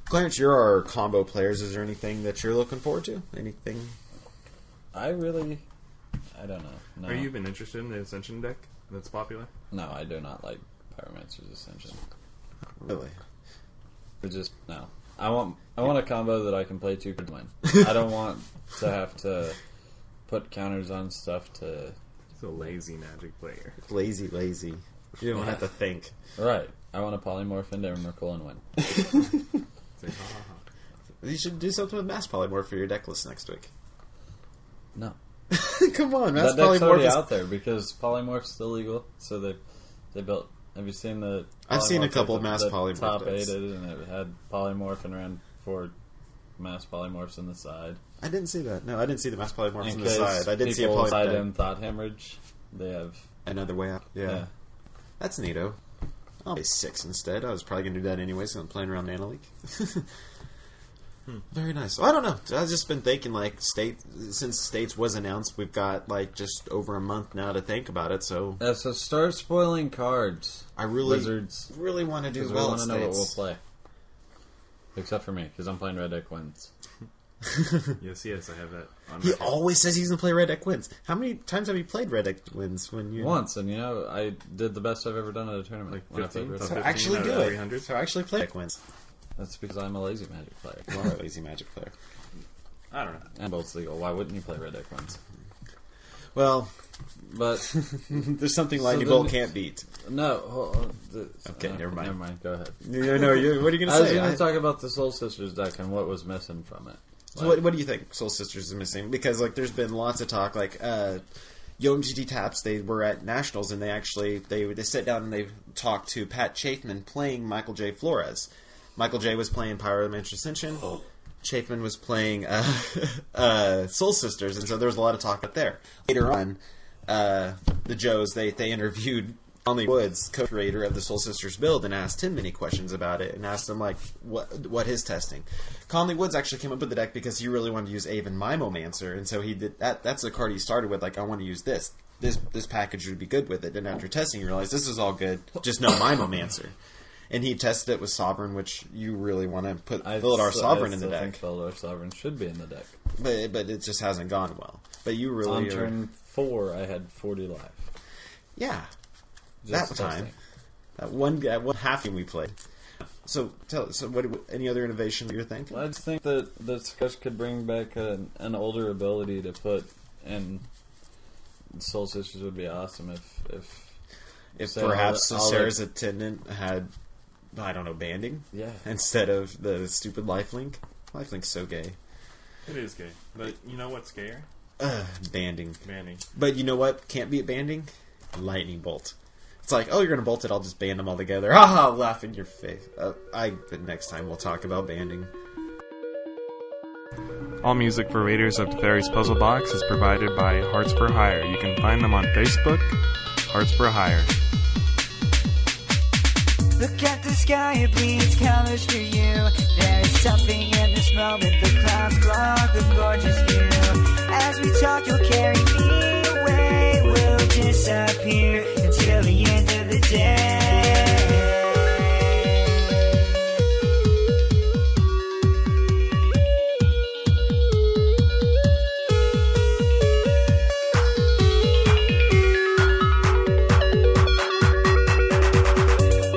Clarence, you're our combo players. Is there anything that you're looking forward to? Anything?
I really, I don't know. No,
Are you even interested in the Ascension deck that's popular?
no, I do not like Pyromancer's Ascension.
Really?
It just no. I want I want a combo that I can play two could win. I don't want to have to put counters on stuff to
It's a lazy Magic player.
Lazy, lazy. You don't have to think.
right. I want to polymorph into Miracle and win.
You should do something with Mass Polymorph for your deck list next week.
No,
Come on, Mass
that deck's already
Polymorph is
out there because polymorph's still legal. So they they built. Have you seen the?
I've seen a
polymorph
couple
with the-
mass
the
polymorph
Top
decks.
eight, and it had polymorph and ran four mass polymorphs in the side.
I didn't see that. No, I didn't see the mass polymorphs on
In
the
case
side. I did see a
people
poly
side in thought hemorrhage. They have
another way out. Yeah.
yeah.
That's neato. I'll be six instead. I was probably gonna do that anyway, so I'm playing around Nana League.
Hmm.
Very nice. I don't know. I've just been thinking like state since states was announced, we've got like just over a month now to think about it. So
Yeah, so start spoiling cards.
I really,
Wizards.
really want to do
Because
well
we
at
want to know what we'll
states.
play. Except for me, because I'm playing Red Deck Wins.
yes, yes, I have that. On
He
record.
always says he's gonna play Red Deck Wins. How many times have you played Red Deck Wins when you
Once, and you know, I did the best I've ever done at a tournament.
Like
when I played
15?
Red
So
Deck.
Something.
actually
15 out
do
of
it.
300?
So actually play Red Deck Wins.
That's because I'm a lazy Magic player.
You are a lazy Magic player.
I don't know.
and both legal. Why wouldn't you play Red Deck Wins?
Well,
But
there's something Lightning
then-
Bolt can't beat.
no, hold on, the-
Okay, never mind.
uh, Never mind. Go ahead.
You know, you what are you
I
going to
was
say?
going
I-
to talk about the Soul Sisters deck and what was missing from it.
so what, what do you think Soul Sisters is missing? Because like, there's been lots of talk. Like, uh, YoMGT Taps, they were at nationals and they actually they they sit down and they talked to Pat Chafman playing Michael J. Flores. Michael J. was playing Pyromancer Ascension. Chafman was playing uh, uh, Soul Sisters, and so there was a lot of talk up there. Later on, uh, the Joes they they interviewed Conley Woods, co-creator of the Soul Sisters build, and asked him many questions about it, and asked him like what what his testing. Conley Woods actually came up with the deck because he really wanted to use Aven Mimomancer, and so he did that. That's the card he started with. Like, I want to use this. This this package would be good with it. And after testing, he realized this is all good. Just no Mimomancer. And he tested it with Sovereign, which you really want to put Philidar
still-
Sovereign
I
in the
still
deck,
Think Philidar Sovereign should be in the deck.
but but it just hasn't gone well. But you really
On
are-
turn four, I had forty life.
yeah,
Just
that time.
testing.
That one that one half game we played. So tell so what any other innovations you're thinking?
I just think that that Scotch could bring back an, an older ability to put, and Soul Sisters would be awesome if if
If
Sarah-
perhaps
I'll-
Sarah's attendant had I don't know banding
Yeah.
instead of the stupid lifelink. Lifelink's so gay.
It is gay, but you know what's gayer?
Ugh, banding.
Manning.
But you know what can't be at banding? Lightning bolt. It's like, oh, you're gonna bolt it. I'll just band them all together. Ha ha! Laugh in your face. Uh, I. But next time we'll talk about banding.
All music for Raiders of the Fairies Puzzle Box is provided by Hearts for Hire. You can find them on Facebook, Hearts for Hire.
Look at the sky, it bleeds colors for you. There is something in this moment, the clouds block the gorgeous view. As we talk, you'll carry me away, we'll disappear until the end of the day.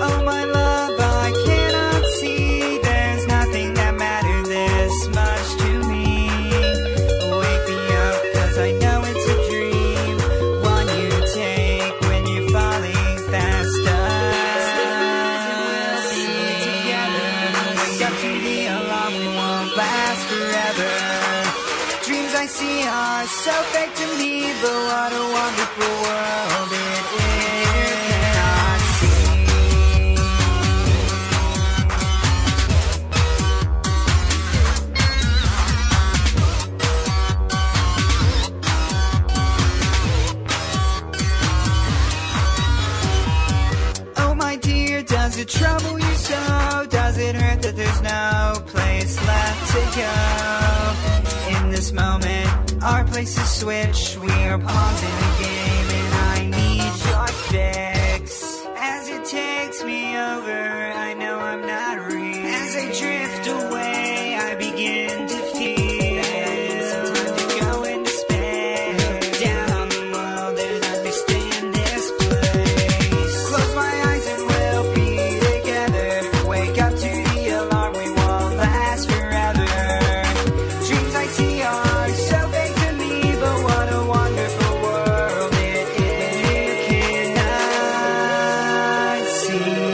Oh my love, I cannot see. There's nothing that matters this much to me. Wake me up, cause I know it's a dream. One you take when you're falling faster. We'll together. Wake up to the alarm, we won't last forever. Dreams I see are so fake to me, but what a wonderful world it is. Cannot see. Oh my dear, does it trouble you so? Does it hurt that there's no place left to go? In this moment, our places switch. We are pawns in the game, and I need your fix. As it takes me over, I know I'm not real. As I drift away, I begin to feel that it's time to go into space. Look down on the world and understand this place. Close my eyes and we'll be together. Wake up to the alarm, we won't last forever. Dreams I see are so big to me, but what a wonderful world it is. You cannot see.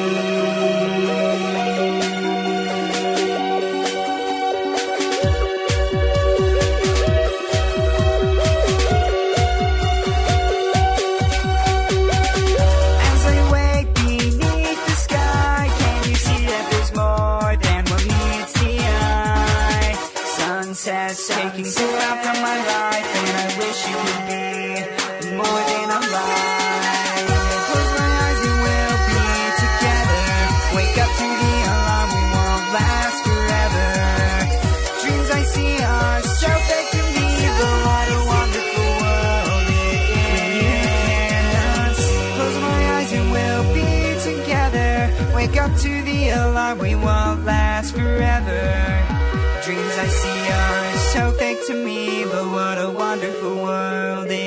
As I wait beneath the sky, can you see that there's more than what meets the eye? Sunsets taking you out from my life, and I wish you would be more than a lie. Close my eyes and we'll be together. Wake up to the alarm, we won't last forever. Dreams I see are so fake to me, but what a wonderful world it is. Close my eyes and we'll be together. Wake up to the alarm, we won't last forever. Dreams I see are so fake to me, but what a wonderful world it